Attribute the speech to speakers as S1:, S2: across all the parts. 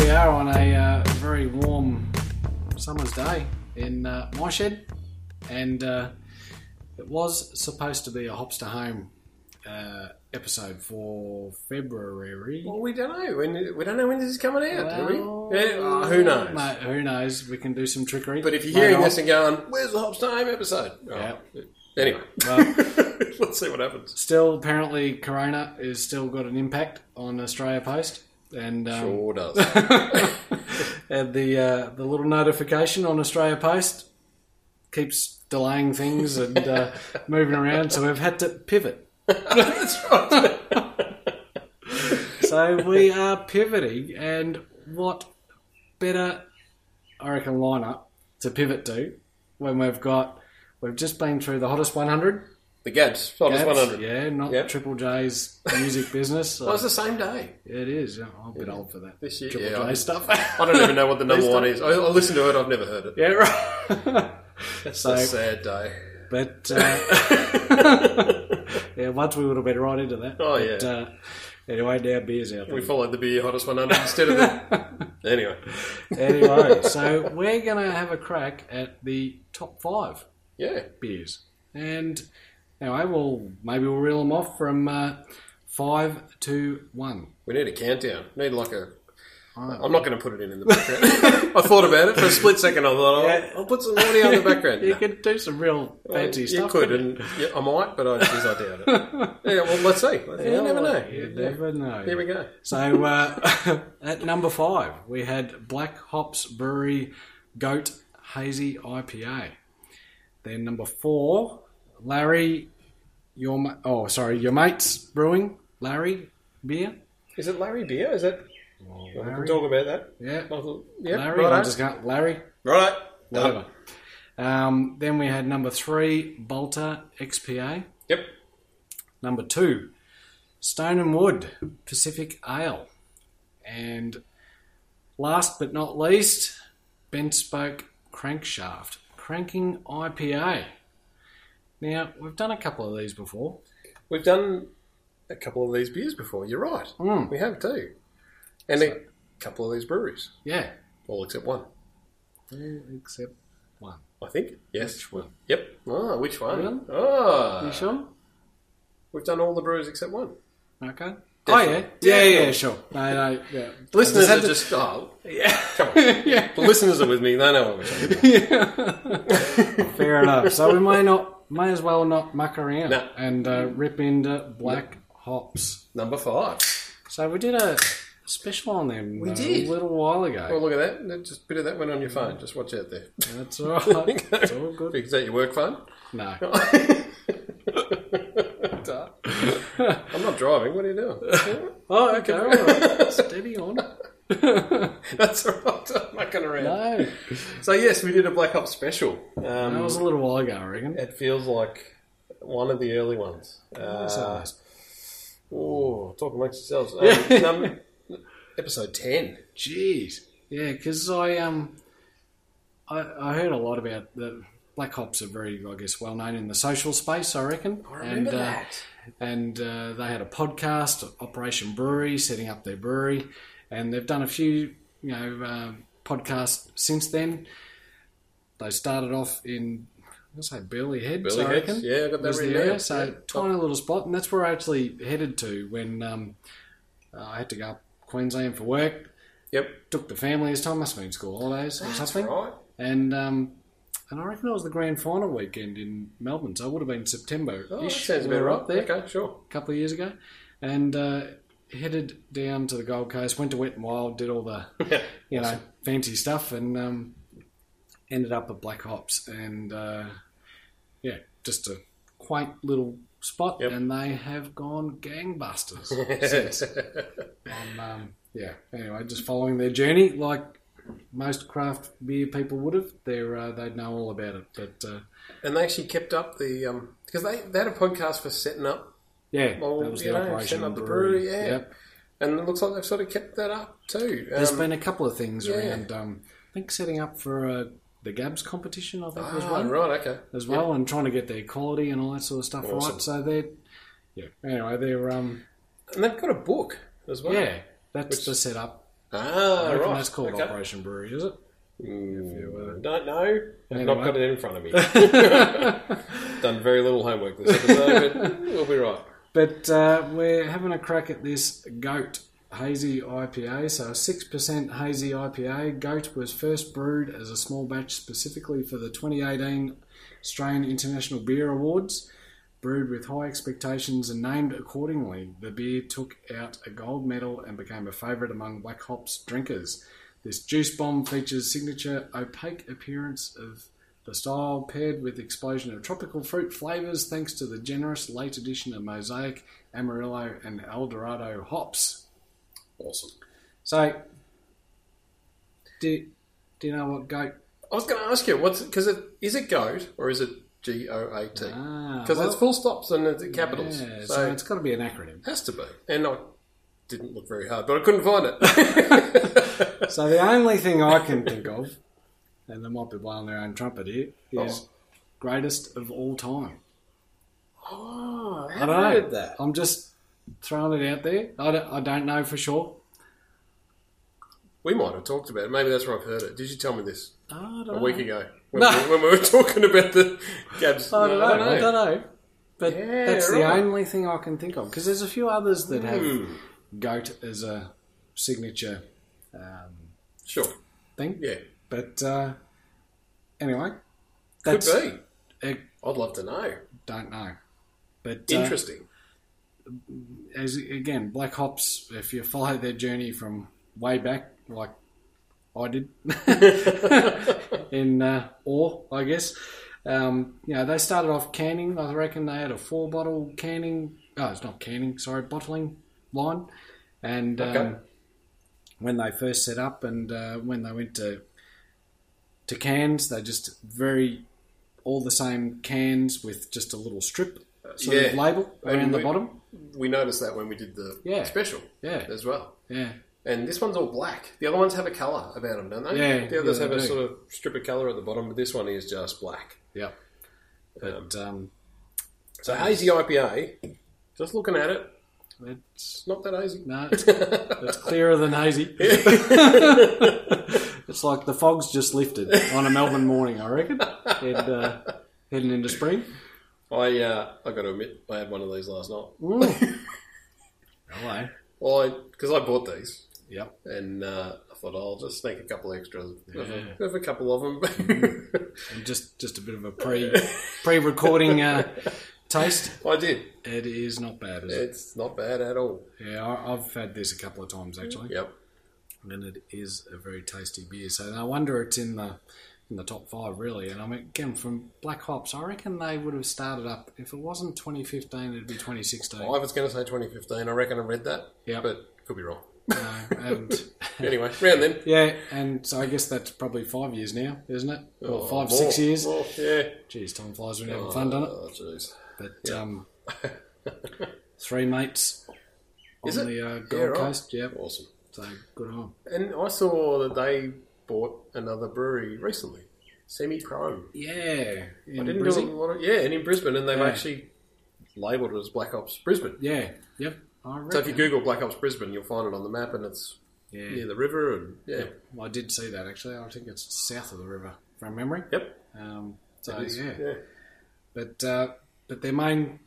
S1: a uh, very warm summer's day in uh, my shed, and uh, it was supposed to be a Hopster Home uh, episode for February.
S2: Well, we don't know. When, we don't know when this is coming out,
S1: Well,
S2: do we? Yeah, oh, who knows?
S1: Mate, who knows? We can do some trickery.
S2: But if you're
S1: Later
S2: hearing
S1: on.
S2: this and going, "Where's the Hops Time episode?" Oh,
S1: Yeah.
S2: Anyway,
S1: Well-
S2: let's see what happens.
S1: still apparently Corona is still got an impact on Australia Post, and um,
S2: sure does.
S1: and the uh, the little notification on Australia Post keeps delaying things and uh, moving around, so we've had to pivot.
S2: That's right.
S1: So we are pivoting, and what better, I reckon, lineup to pivot to when we've got we've just been through the hottest 100.
S2: The Gabs, hottest
S1: Gabs,
S2: 100.
S1: yeah, not
S2: Yep.
S1: Triple J's music business. so-
S2: Well, it's the same day
S1: it is. yeah, I'm a bit old for that
S2: this year.
S1: Triple
S2: yeah,
S1: J
S2: I-
S1: stuff.
S2: I don't even know what the number
S1: Please
S2: one is. I, I listened to it. I've never heard it.
S1: yeah, right.
S2: It's
S1: so-
S2: a sad day.
S1: But uh, yeah, once we would have been right into that.
S2: Oh,
S1: But,
S2: yeah.
S1: uh, anyway, now beer's out.
S2: We followed the beer hottest 100 instead of the. Anyway,
S1: anyway, so we're gonna have a crack at the top five
S2: yeah,
S1: beers, and anyway, we'll maybe we'll reel them off from uh, five to one.
S2: we need a countdown. We need like a.
S1: Alright.
S2: I'm not going to put it in in the background. I thought about it for a split second. I thought, oh,
S1: Yeah.
S2: I'll, I'll put some audio in the background.
S1: you
S2: No.
S1: could do some real fancy
S2: you
S1: stuff.
S2: could,
S1: couldn't
S2: and yeah, I might, but I, geez, I doubt it. Yeah, well, let's see.
S1: you?
S2: You never know.
S1: You
S2: Yeah.
S1: never know.
S2: Here we go.
S1: So uh, at number five, we had Black Hops Brewery Goat Hazy IPA. Then number four, Larry, your ma- oh sorry, your mates brewing Larry beer.
S2: Is it Larry Beer? Is that? We can
S1: Larry.
S2: talk about that.
S1: Yeah,
S2: Michael- Oh, Yeah,
S1: Larry.
S2: righto.
S1: I'm just going Larry.
S2: Righto.
S1: Whatever. Um, then we had number three, Bolter XPA.
S2: Yep.
S1: Number two, Stone and Wood Pacific Ale. And last but not least, Ben Spoke Crankshaft Cranking IPA. Now, we've done a couple of these before.
S2: We've done a couple of these beers before. You're right.
S1: Mm.
S2: We have too, and a couple of these breweries,
S1: Yeah.
S2: all except one.
S1: Except one.
S2: I think. Yes.
S1: Which one?
S2: Yep. Ah, which
S1: Really?
S2: one? Ah,
S1: You sure?
S2: we've done all the breweries except one.
S1: Okay. Oh, yeah.
S2: Definitely.
S1: Yeah, yeah,
S2: Definitely.
S1: sure. No, no, yeah.
S2: Listeners
S1: I
S2: are
S1: just
S2: just oh,
S1: Yeah.
S2: come on.
S1: yeah.
S2: the listeners are with me. They know what we're talking about.
S1: Fair enough. So we may not, may as well not muck around
S2: No.
S1: and uh, rip into black hops.
S2: Number five.
S1: So we did a special on them.
S2: We
S1: uh,
S2: did.
S1: a little while
S2: Oh,
S1: ago.
S2: look at that. That- Just a bit of that went on your phone. Just watch out there.
S1: That's all right. It's all good.
S2: Is that your work phone?
S1: No,
S2: Duh. I'm not driving. What are you doing?
S1: Oh, okay. All right. Steady on.
S2: That's all right. I'm mucking around.
S1: No, that
S2: So, yes, we did a Black Ops special. Um,
S1: was a little while ago, I reckon.
S2: it feels like one of the early ones.
S1: That's
S2: Uh,
S1: nice.
S2: oh, talk amongst yourselves. Um,
S1: Yeah.
S2: num- episode 10.
S1: Jeez. Yeah, because I um, I, I heard a lot about the black hops are very, I guess, well known in the social space. I reckon.
S2: I remember
S1: and, uh,
S2: that.
S1: and uh, they had a podcast, Operation Brewery, setting up their brewery, and they've done a few, you know, uh, podcasts since then. They started off in, I say, Burley Heads,
S2: Billy
S1: I
S2: Hicks.
S1: reckon.
S2: Yeah, I got that
S1: was the
S2: written
S1: area,
S2: down.
S1: so
S2: Yeah.
S1: tiny little spot, and that's where I actually headed to when um, I had to go up Queensland for work.
S2: Yep.
S1: Took the family this time, must have been school holidays or
S2: That's
S1: something,
S2: right.
S1: and um, and I reckon it was the grand final weekend in Melbourne, so it would have been September.
S2: Oh, that sounds about right. Okay, sure.
S1: couple of years ago, and uh, headed down to the Gold Coast. Went to Wet and Wild, did all the you know fancy stuff, and um, ended up at Black Hops, and uh, yeah, just a quaint little spot,
S2: Yep.
S1: and they have gone gangbusters. And, um, yeah, anyway, just following their journey, like most craft beer people would have, they're, uh, they'd know all about it. But uh,
S2: And they actually kept up the because they they had a podcast for setting up,
S1: yeah,
S2: Well,
S1: that was the
S2: you know,
S1: operation
S2: setting up
S1: of
S2: the
S1: the brewery.
S2: brewery, yeah.
S1: Yep.
S2: and it looks like they've sort of kept that up too.
S1: There's
S2: Um,
S1: been a couple of things
S2: yeah.
S1: around. Um, I think setting up for uh, the Gabs competition. I think was
S2: ah,
S1: one
S2: right, okay.
S1: as well, and trying to get their quality and all that sort of stuff
S2: Awesome.
S1: right. So they're yeah. Anyway, they're um
S2: And they've got a book as well.
S1: yeah. That's
S2: Which-
S1: the setup I
S2: Ah,
S1: reckon
S2: right.
S1: that's called
S2: okay.
S1: Operation Brewery, is it?
S2: Mm, don't know. I've not
S1: uh, Anyway.
S2: got it in front of me. Done very little homework this episode, but we'll be right.
S1: But uh, we're having a crack at this goat hazy IPA. So, a 6% hazy IPA. Goat was first brewed as a small batch specifically for the 2018 Australian International Beer Awards. Brewed with high expectations and named accordingly, the beer took out a gold medal and became a favourite among Black Hops drinkers. This juice bomb features signature opaque appearance of the style paired with explosion of tropical fruit flavours thanks to the generous late addition of Mosaic, Amarillo and Eldorado hops.
S2: Awesome.
S1: So, do, do you know what goat...
S2: I was going to ask you, what's because it is it goat or is it G O A T?
S1: Ah,
S2: Because
S1: well,
S2: it's full stops and it's capitals,
S1: yeah, so,
S2: so
S1: it's got to be an acronym.
S2: it has to be. And I didn't look very hard, but I couldn't find it.
S1: So the only thing I can think of, and they might be blowing their own trumpet here, is greatest of all time.
S2: oh, I
S1: I
S2: haven't
S1: don't know.
S2: heard that.
S1: I'm just throwing it out there. I don't, I don't know for sure.
S2: We might have talked about it. Maybe that's where I've heard it. Did you tell me this
S1: I
S2: a
S1: don't
S2: week
S1: know.
S2: ago when,
S1: No.
S2: we, when we were talking about the Gabs?
S1: I don't
S2: No,
S1: know. I don't know. But
S2: Yeah,
S1: that's
S2: right.
S1: the only thing I can think of because there's a few others that have
S2: Hmm.
S1: goat as a signature um,
S2: Sure.
S1: thing.
S2: Yeah.
S1: But uh, anyway,
S2: Could
S1: that's
S2: be.
S1: I
S2: I'd love to know.
S1: don't know. But uh,
S2: Interesting.
S1: as again, Black Hops, if you follow their journey from way back, like I did, in uh, awe, I guess, um, you know, they started off canning. I reckon they had a four bottle canning, oh, it's not canning, sorry, bottling line. And um,
S2: Okay.
S1: when they first set up and uh, when they went to to cans, they just very all the same cans with just a little strip uh, sort of
S2: Yeah.
S1: label
S2: And
S1: around the
S2: we-
S1: bottom.
S2: we noticed that when we did the
S1: Yeah.
S2: special
S1: Yeah,
S2: as well.
S1: yeah.
S2: And this one's all black. The other ones have a colour about them, don't they?
S1: Yeah,
S2: The others
S1: yeah,
S2: have
S1: they
S2: a
S1: do.
S2: sort of strip of colour at the bottom, but this one is just black.
S1: Yeah.
S2: Um,
S1: But um,
S2: so hazy IPA. Just looking at it,
S1: it's
S2: it's not that hazy.
S1: no, it's, it's clearer than hazy. it's like the fog's just lifted on a Melbourne morning, I reckon. And, uh, heading into spring.
S2: I uh, I got to admit, I had one of these last night.
S1: Mm. Hello.
S2: Well, I because I bought these
S1: Yep.
S2: and uh, I thought I'll just sneak a couple extras. Have,
S1: Yeah. Mm.
S2: a, have a couple of them.
S1: And just just a bit of a pre pre recording uh, taste.
S2: I did.
S1: It is not bad, is it?
S2: It's not bad at all.
S1: Yeah, I, I've had this a couple of times actually.
S2: Yep.
S1: and it is a very tasty beer. So no wonder it's in the in the top five, really. And I mean, again, from Black Hops, I reckon they would have started up if it wasn't 2015, it'd be 2016.
S2: I was going to say 2015. I reckon I read that,
S1: yeah,
S2: but could be wrong.
S1: no, and
S2: Anyway, round then.
S1: yeah, and so I guess that's probably five years now, isn't it? Or
S2: Oh,
S1: five,
S2: more,
S1: six years.
S2: more, yeah.
S1: Geez, time flies when you're having fun, doesn't it?
S2: Oh, jeez.
S1: But um, three mates on
S2: Is it?
S1: the uh, Gold
S2: Yeah, right.
S1: Coast, yeah.
S2: Awesome.
S1: So good on.
S2: And I saw that they bought another brewery recently, Semi Chrome.
S1: Yeah, in
S2: I didn't
S1: Brisbane.
S2: do a lot of yeah, and in Brisbane, and they've
S1: Yeah.
S2: actually labelled it as Black Ops Brisbane.
S1: Yeah, yep. I
S2: So if you
S1: reckon.
S2: Google Black Ops Brisbane, you'll find it on the map, and it's
S1: yeah.
S2: near the river, and yeah,
S1: I did see that actually. I think it's south of the river from memory.
S2: yep.
S1: Um, so
S2: It is.
S1: yeah, but uh, but their main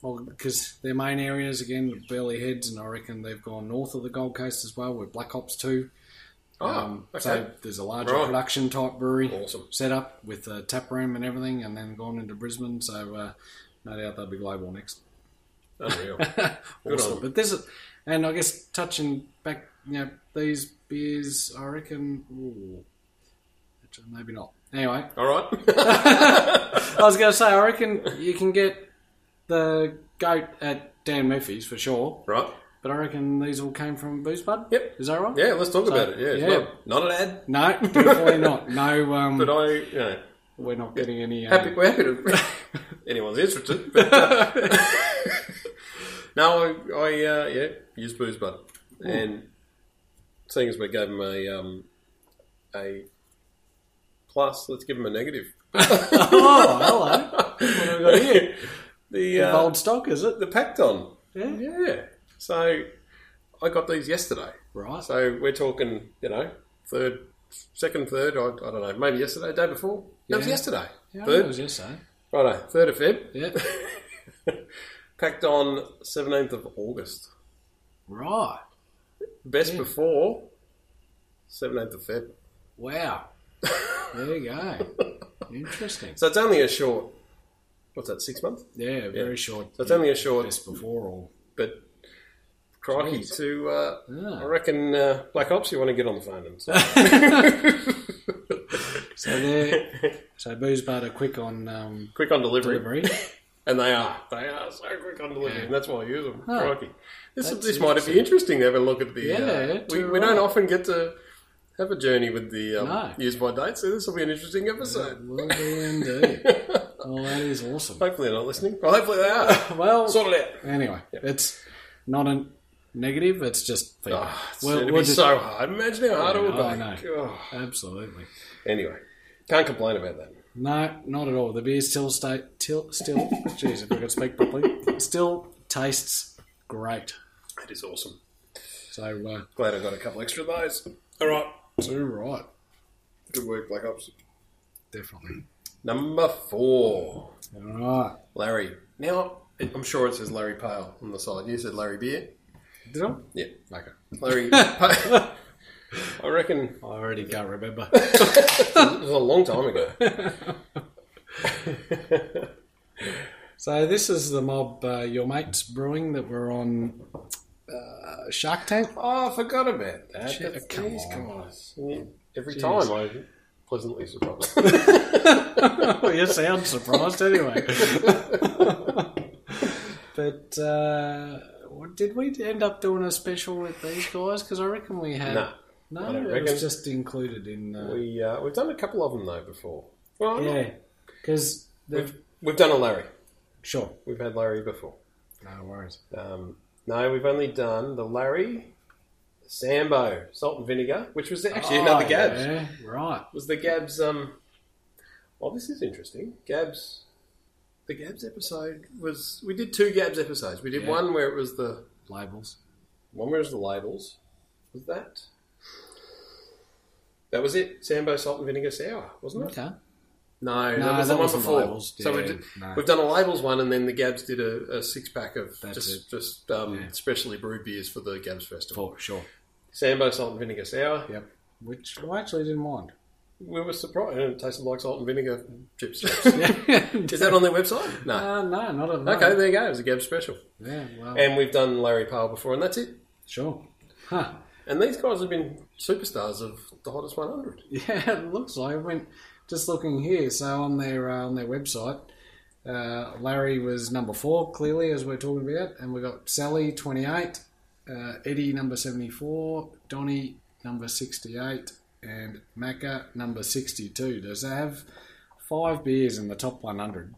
S1: well because their main areas again Burley Heads and I reckon they've gone north of the Gold Coast as well with Black Ops Two. um,
S2: Oh, okay.
S1: So there's a larger
S2: Right.
S1: production type brewery
S2: Awesome.
S1: set up with a tap room and everything, and then gone into Brisbane. So uh, no doubt they'll be global next.
S2: Unreal. Good
S1: awesome.
S2: on 'em.
S1: But this is, and I guess touching back, you know, these beers, I reckon, ooh, actually, maybe not. Anyway,
S2: All right.
S1: I was going to say, I reckon you can get the goat at Dan Murphy's for sure,
S2: right.
S1: but I reckon these all came from Booze Bud.
S2: Yep.
S1: Is that right?
S2: Yeah, let's talk
S1: So,
S2: about it. Yeah, it's
S1: yeah.
S2: Not, not an ad,
S1: No, definitely not. No, um,
S2: but I, you know,
S1: we're not getting any. Um,
S2: happy, we're happy to. anyone's interested. But, uh, no, I, I uh, yeah, use booze, but and seeing as we gave him a um, a plus, let's give him a negative.
S1: oh, hello. What have we got here?
S2: The
S1: Old
S2: uh,
S1: stock, is it?
S2: the Pacton,
S1: Yeah.
S2: yeah. So I got these yesterday.
S1: right?
S2: So we're talking, you know, third, second, third, I, I don't know, maybe yesterday, day before. No, it was
S1: Yeah.
S2: yesterday.
S1: yeah, I know it
S2: third,
S1: was yesterday.
S2: righto, third of Feb.
S1: Yeah,
S2: Packed on 17th of August.
S1: right.
S2: Best
S1: Yeah.
S2: before 17th of Feb.
S1: Wow. There you go. Interesting.
S2: So it's only a short, what's that, six months?
S1: Yeah, very
S2: Yeah.
S1: short.
S2: So it's only a short,
S1: best before all.
S2: but crikey
S1: Jeez.
S2: to, uh, I
S1: Ah.
S2: reckon uh, Black Ops, you want to get on the phone and so.
S1: So there. So Booze Bud are quick on um,
S2: quick on delivery.
S1: delivery.
S2: And they are. They are so quick on delivery,
S1: Yeah.
S2: and that's why I use them.
S1: Huh.
S2: Crikey. This,
S1: That's
S2: this might be interesting to have a look at the. uh,
S1: Yeah,
S2: we,
S1: do
S2: we don't
S1: right.
S2: often get to have a journey with the um,
S1: No.
S2: used by date, so this will be an interesting episode.
S1: Will do indeed. Oh, that is awesome.
S2: hopefully they're not listening. Well, hopefully they are.
S1: Well,
S2: Sort it out.
S1: anyway, it's not a negative. It's just feedback.
S2: Oh, it's
S1: We'll-
S2: going to
S1: we'll
S2: be
S1: just-
S2: so hard. Imagine how hard it will
S1: I
S2: be. Oh.
S1: absolutely.
S2: Anyway, can't complain about that.
S1: No, not at all. The beer still stay till still. Jeez, if I could speak properly, still tastes great.
S2: That is awesome.
S1: So, uh,
S2: Glad I got a couple extra of those. All right.
S1: too right,
S2: Good work, Black Ops.
S1: definitely.
S2: Number four.
S1: All right.
S2: Larry. Now, I'm sure it says Larry Pale on the side. You said Larry Beer.
S1: Did I?
S2: Yeah.
S1: Okay.
S2: Larry Pale. I reckon
S1: I already can't remember.
S2: it was a long time ago.
S1: so this is the mob, uh, your mates brewing that we're on uh, Shark Tank.
S2: Oh, I forgot about that.
S1: Shit,
S2: That's-
S1: come
S2: geez,
S1: on.
S2: guys. Yeah, Every
S1: Jeez.
S2: time I'm pleasantly surprised.
S1: well, you sound surprised anyway. but uh, what, did we end up doing a special with these guys? Because I reckon we had.
S2: no.
S1: No,
S2: I don't
S1: it
S2: reckon.
S1: was just included in. Uh,
S2: We, uh, we've done a couple of them, though, before. Well, I'm not-
S1: yeah, because
S2: We've, we've done a Larry.
S1: sure,
S2: We've had Larry before.
S1: no worries.
S2: Um, no, we've only done the Larry, Sambo, salt and vinegar, which was actually another
S1: Oh,
S2: Gabs.
S1: yeah, right.
S2: Was the Gabs? Um, well, this is interesting. Gabs, the Gabs episode was we did two Gabs episodes. We did
S1: Yeah.
S2: one where it was the
S1: Labels.
S2: one where it was the labels. Was that? That was it. Sambo salt and vinegar sour, wasn't it?
S1: Okay.
S2: No,
S1: No,
S2: that was
S1: that
S2: the one
S1: wasn't
S2: before.
S1: labels,
S2: So we
S1: yeah,
S2: did,
S1: no.
S2: we've done a labels one, and then the Gabs did a, a six pack of
S1: That's
S2: just just um,
S1: Yeah.
S2: specially brewed beers for the Gabs festival.
S1: For sure.
S2: Sambo salt and vinegar sour.
S1: Yep. Which I actually didn't mind.
S2: We were surprised, and it tasted like salt and vinegar chips.
S1: Yeah.
S2: Is that on their website? No. Um,
S1: uh, no, not at all.
S2: Okay, there you go. It was a Gab special.
S1: Yeah. Well.
S2: And we've done Larry Powell before, and that's it.
S1: sure. Huh.
S2: And these guys have been superstars of the hottest 100.
S1: Yeah, it looks like. I mean, just looking here, so on their uh, on their website, uh, Larry was number four, clearly as we're talking about, and we got Sally twenty eight, uh, Eddie number seventy four, Donnie number sixty eight, and Macca number sixty two. Does they have five beers in the top one hundred?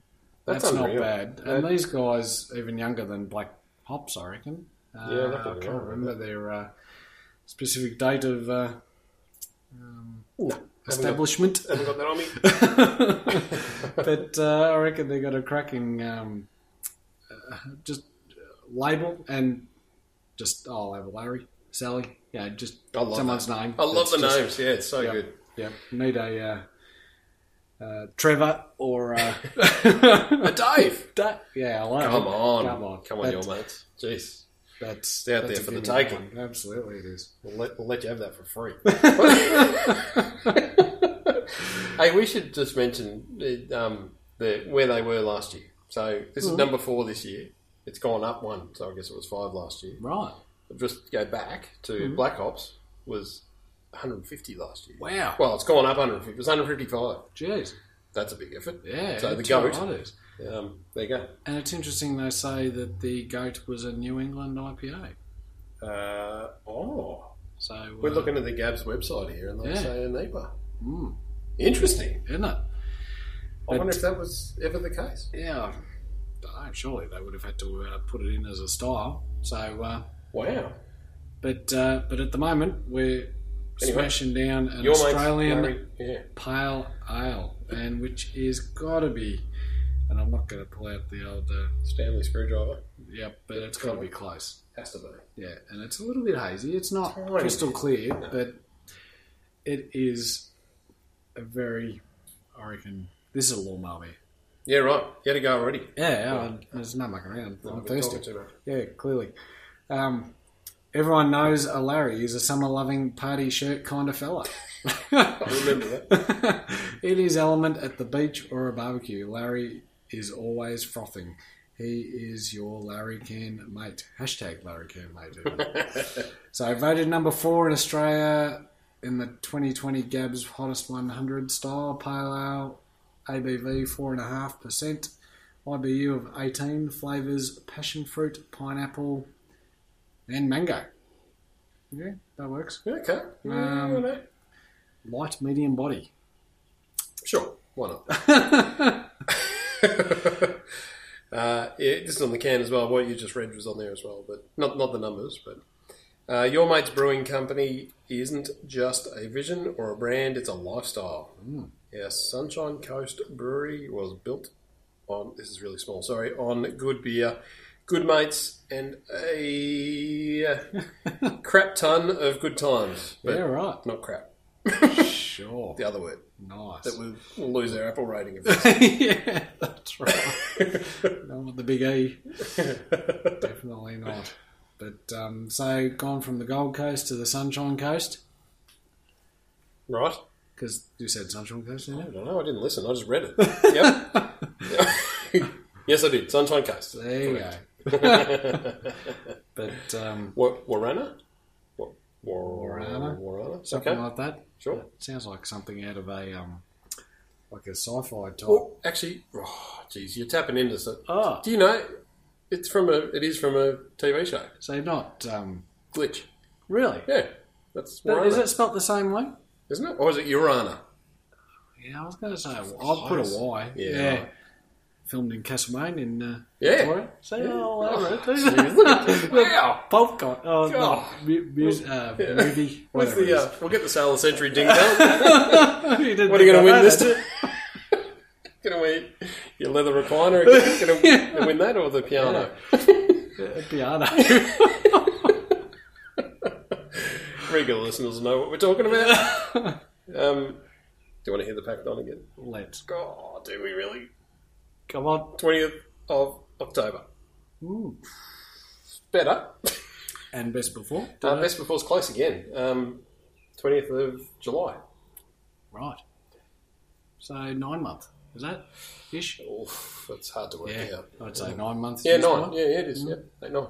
S2: That's
S1: That's, not
S2: unreal.
S1: bad. And these guys, even younger than Black Hops, I reckon. Uh,
S2: Yeah,
S1: I
S2: that'd
S1: can't
S2: be right,
S1: remember their uh, specific date of. Uh, um,
S2: No, haven't got,
S1: establishment.
S2: haven't got that on me.
S1: but uh, I reckon they got a cracking um, uh, just label and just oh, label Larry, Sally. Yeah, just
S2: I love
S1: someone's
S2: that.
S1: name.
S2: I love
S1: It's
S2: the
S1: just-
S2: names. Yeah, it's so
S1: Yeah.
S2: good.
S1: Yeah, need a uh, uh, Trevor or uh,
S2: A Uh, Dave!
S1: Da- yeah, I like
S2: Come
S1: it.
S2: on.
S1: come on,
S2: Come on,
S1: That-
S2: your mates. Jeez.
S1: That's
S2: out
S1: that's
S2: there for
S1: a
S2: the
S1: good
S2: taking.
S1: one. Absolutely, it is.
S2: We'll let, we'll let you have that for free. hey, we should just mention uh, um, the, where they were last year. So this is number four this year. It's gone up one, so I guess it was five last year.
S1: Right.
S2: just go back to Black Ops was 150 last year.
S1: Wow.
S2: Well, it's gone up 150. It was 155.
S1: Jeez.
S2: That's a big effort.
S1: Yeah.
S2: So the
S1: it's
S2: goat.
S1: right, it is.
S2: Um, there you
S1: And it's interesting they say that the goat was a New England IPA.
S2: go. Uh, oh,
S1: So
S2: we're
S1: uh,
S2: looking at the Gabs website here, and they
S1: Yeah.
S2: say a NEPA.
S1: Mm.
S2: Interesting.
S1: isn't it?
S2: I
S1: But-
S2: wonder if that was ever the case.
S1: Yeah, I- surely they would have had to uh, put it in as a style. So, uh,
S2: Wow.
S1: but uh, but at the moment we're
S2: Anyway,
S1: smashing down an
S2: Your mates,
S1: Australian
S2: Larry, yeah.
S1: pale ale, and which is got to be, and I'm not going to pull out the old, uh,
S2: Stanley screwdriver.
S1: yeah, but it's got to be close.
S2: Has to be.
S1: Yeah, and it's a little bit hazy. It's not
S2: Tiny.
S1: crystal clear, but it is a very, I reckon, this is a lawnmower. beer.
S2: Yeah, right. You had to go already.
S1: Yeah, yeah. I, there's no mucking around.
S2: No,
S1: I'm
S2: we're talking
S1: thirsty.
S2: too much.
S1: Yeah, clearly. Um, everyone knows a Larry is a summer loving party shirt kind of fella.
S2: I remember that.
S1: in his element at the beach or a barbecue, Larry is always frothing. He is your Larry Can mate. Hashtag Larry Can mate. even. so I voted number four in Australia in the 2020 Gabs Hottest 100 style pale ale, ABV 4.5%, IBU of 18, flavours passion fruit, pineapple, and mango. Yeah, that works.
S2: Okay.
S1: Um,
S2: Yeah, mate.
S1: Light, medium body.
S2: sure. Why not? uh, yeah, this is on the can as well. What you just read was on there as well, but not not the numbers. But uh, your mate's brewing company isn't just a vision or a brand; it's a lifestyle. Yes, Sunshine Coast Brewery was built on. This is really small. Sorry, on good beer, good mates, and a uh, crap ton of good times. But
S1: yeah, right.
S2: not crap.
S1: Sure.
S2: The other word.
S1: Nice.
S2: that we will lose our Apple rating of this.
S1: yeah, that's right. not with the big E. Definitely not. But um, so gone from the Gold Coast to the Sunshine Coast
S2: right?
S1: because you said Sunshine Coast, didn't
S2: I
S1: you?
S2: don't know. I didn't listen. I just read it. Yep. yes, I did. Sunshine Coast.
S1: There you go. But um,
S2: Wa- Warana? Wa- War-
S1: Warana?
S2: Warana?
S1: something
S2: Okay.
S1: like that.
S2: Sure.
S1: Sounds like something out of a um, like a sci-fi type.
S2: Oh, actually, oh, geez, you're tapping into so. oh,
S1: Ah,
S2: Do you know? It's from a. It is from a TV show.
S1: so not um,
S2: Glitch.
S1: really.
S2: Yeah, that's
S1: But
S2: Warana,
S1: is it spelled the same way?
S2: isn't it? Or is it Urana?
S1: Yeah, I was going to say I'll put a Y.
S2: Yeah.
S1: filmed in Castlemaine in uh,
S2: Yeah.
S1: Victoria. So yeah. oh, all over it.
S2: Jeez, look at this. Wow.
S1: Popcorn. Oh, no.
S2: God.
S1: Mu- mu- uh, movie.
S2: What's
S1: whatever
S2: the?
S1: it
S2: Uh, we'll get the sale of the century ding dong.
S1: is. You
S2: What are you going to win this
S1: time?
S2: time? going to win your leather recliner? Going to win that or the piano?
S1: Piano.
S2: Regular listeners know what we're talking about. um, do you want to hear the pack on again?
S1: Let's
S2: Oh, do we really?
S1: come on.
S2: 20th of October.
S1: Ooh.
S2: Better.
S1: And best before.
S2: Uh, best before's close again. Um, 20th of July.
S1: Right. So nine month is that ish?
S2: Oof, that's hard to work
S1: Yeah,
S2: out.
S1: I'd say nine months.
S2: Yeah,
S1: is
S2: nine.
S1: fine.
S2: Yeah, yeah, it is. Yep, eight, nine.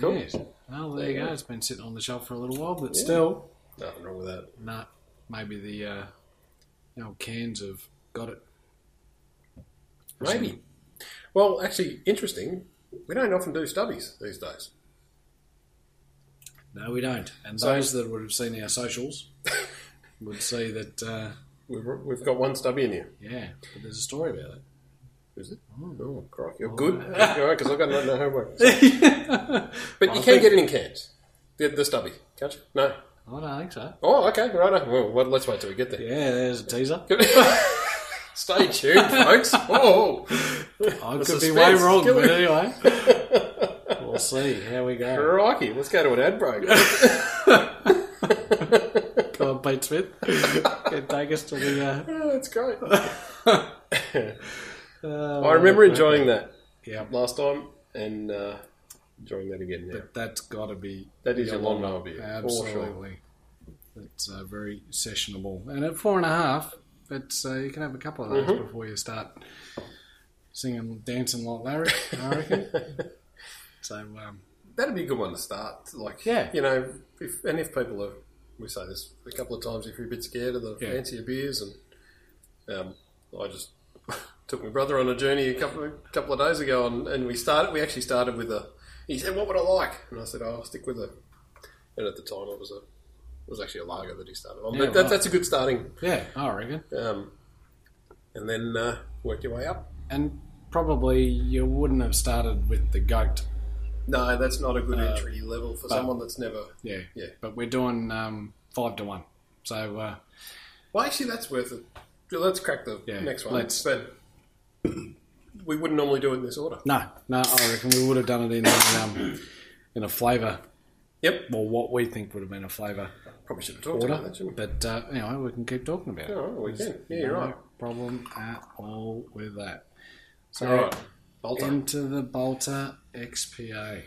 S2: Cool.
S1: Yes. Well, there you
S2: Yeah.
S1: go. It's been sitting on the shelf for a little while, but still,
S2: Nothing wrong with that.
S1: Nah, maybe the uh, the old cans have got it.
S2: Maybe. Well, actually, interesting. We don't often do stubbies these days.
S1: No, we don't. And
S2: So-
S1: those that would have seen our socials would see that, uh,
S2: We've, we've got one stubby in here.
S1: yeah, but there's a story about
S2: Is it? Oh, crikey. You're good. You're all right, because I've got no, no homework. So-
S1: it.
S2: But
S1: Oh, I
S2: you can
S1: think-
S2: get it in cans. The, the stubby, can't you? No.
S1: I don't think so.
S2: Oh, okay. Right. Well, well, let's wait till we get there.
S1: Yeah, there's a teaser.
S2: Stay tuned, folks. Oh.
S1: I
S2: The
S1: could be way
S2: suspense is
S1: wrong, but
S2: killing me.
S1: anyway. We'll see how we go.
S2: Crikey. Let's go to an ad break.
S1: Come on, Pete Smith. Can take us to the.
S2: Oh, that's great.
S1: Uh,
S2: I remember enjoying that
S1: Yeah,
S2: last time and uh, enjoying that again now.
S1: but that's got to be
S2: That is your lawnmower beer. for sure.
S1: Absolutely. It's uh, very sessionable. And at four and a half, it's, uh, you can have a couple of those before you start singing, dancing like Larry, I reckon. so, um,
S2: That'd be a good one to start. Like,
S1: Yeah.
S2: you know, if, and if people are, we say this a couple of times, if you're a bit scared of the
S1: Yeah.
S2: fancier beers, and um, I just took my brother on a journey a couple of, couple of days ago, and, and we started. We actually started with a. He said, "What would I like?" And I said, "Oh, I'll stick with a." And at the time, it was a it was actually a lager that he started on.
S1: Yeah,
S2: but that,
S1: right.
S2: that's a good starting.
S1: yeah, I reckon.
S2: Um, and then uh, work your way up.
S1: And probably you wouldn't have started with the goat.
S2: No, that's not a
S1: Uh,
S2: good entry level for someone that's never.
S1: Yeah.
S2: Yeah.
S1: But we're doing um, five to one. So, uh,
S2: Well, actually, that's worth it. Yeah, Let's crack the
S1: Yeah,
S2: next one.
S1: let's.
S2: But we wouldn't normally do it in this order.
S1: no, no, I reckon we would have done it in, um, than a flavour,
S2: Yep.
S1: or what we think would have been a flavour
S2: Probably should have talked about
S1: order.
S2: that, shouldn't we?
S1: But uh, anyway, we can keep talking about it.
S2: Oh, we can. Yeah, you're
S1: no
S2: right.
S1: problem at all with that. So
S2: All right. Bolter.
S1: into the Bolter XPA.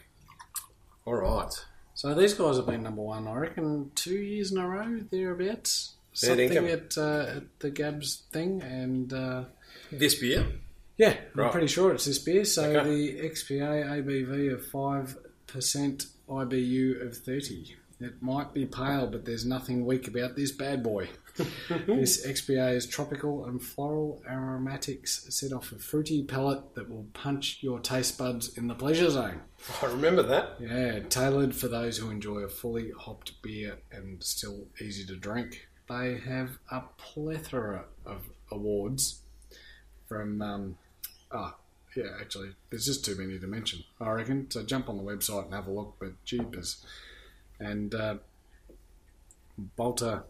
S2: All right.
S1: So these guys have been number one, I reckon, two years in a row thereabouts.
S2: Fair
S1: Something
S2: dinkum.
S1: at, uh, at the Gabs thing, and uh,
S2: This beer.
S1: yeah, I'm
S2: Right.
S1: pretty sure it's this beer. So
S2: Okay.
S1: the XPA ABV of five percent, IBU of thirty. It might be pale, but there's nothing weak about this bad boy. This XPA is tropical and floral aromatics set off a fruity palate that will punch your taste buds in the pleasure zone.
S2: I remember that.
S1: Yeah, tailored for those who enjoy a fully hopped beer and still easy to drink. They have a plethora of awards from. Um, ah, yeah, actually, there's just too many to mention, I reckon. So jump on the website and have a look, but jeepers. And uh, Bolter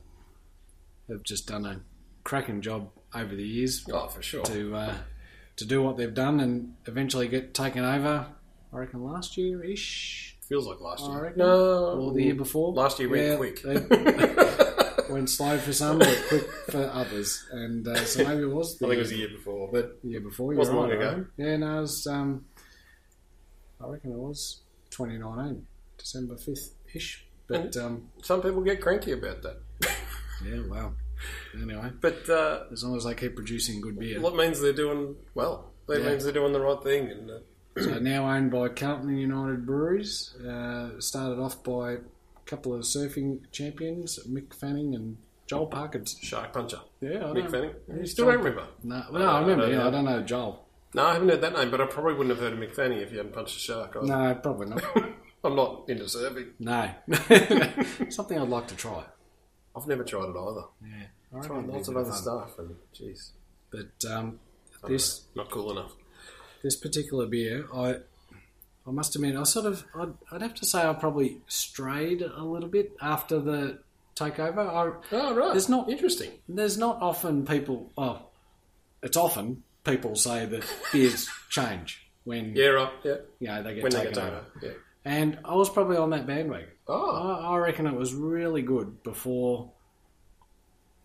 S1: have just done a cracking job over the years
S2: Oh, for sure.
S1: to uh, to do what they've done and eventually get taken over. I reckon last year ish,
S2: Feels like last
S1: I
S2: year.
S1: reckon.
S2: no.
S1: or the year before.
S2: Last year went
S1: Yeah,
S2: quick.
S1: They went slow for some, but quick for others. And uh, so maybe it was. The
S2: I think it was the year before, but
S1: year before.
S2: Wasn't
S1: you're
S2: long
S1: right,
S2: ago.
S1: I reckon. Yeah, no, it was. Um, I reckon it was 2019, December 5th ish. But um,
S2: some people get cranky about that.
S1: yeah, wow. Anyway,
S2: But uh,
S1: as long as they keep producing good beer.
S2: what means they're doing well? That
S1: Yeah.
S2: means they're doing the right thing. And uh,
S1: So now owned by Carlton and United Breweries. Uh, started off by a couple of surfing champions, Mick Fanning and Joel Parkins.
S2: Shark Puncher.
S1: Yeah, I
S2: Mick
S1: don't,
S2: Fanning. You still don't remember?
S1: no, well, I remember.
S2: I don't
S1: yeah,
S2: know.
S1: I don't know Joel.
S2: No, I haven't heard that name, but I probably wouldn't have heard of Mick Fanning if you hadn't punched a shark. I,
S1: No, probably not.
S2: I'm not into surfing.
S1: No, something I'd like to try.
S2: I've never tried it either.
S1: Yeah, I reckon
S2: Tried
S1: it'd be
S2: lots
S1: a
S2: of
S1: bit
S2: other
S1: fun.
S2: stuff, and jeez,
S1: But um, this
S2: not cool enough.
S1: this particular beer, I I must admit, I sort of I'd, I'd have to say I probably strayed a little bit after the takeover. I,
S2: Oh right,
S1: There's not-
S2: interesting.
S1: There's not often people. Oh, it's often people say that beers change when
S2: Yeah, right. Yeah,
S1: you know they get
S2: when they
S1: taken
S2: get
S1: over.
S2: over. Yeah.
S1: And I was probably on that bandwagon.
S2: Oh,
S1: I, I reckon it was really good before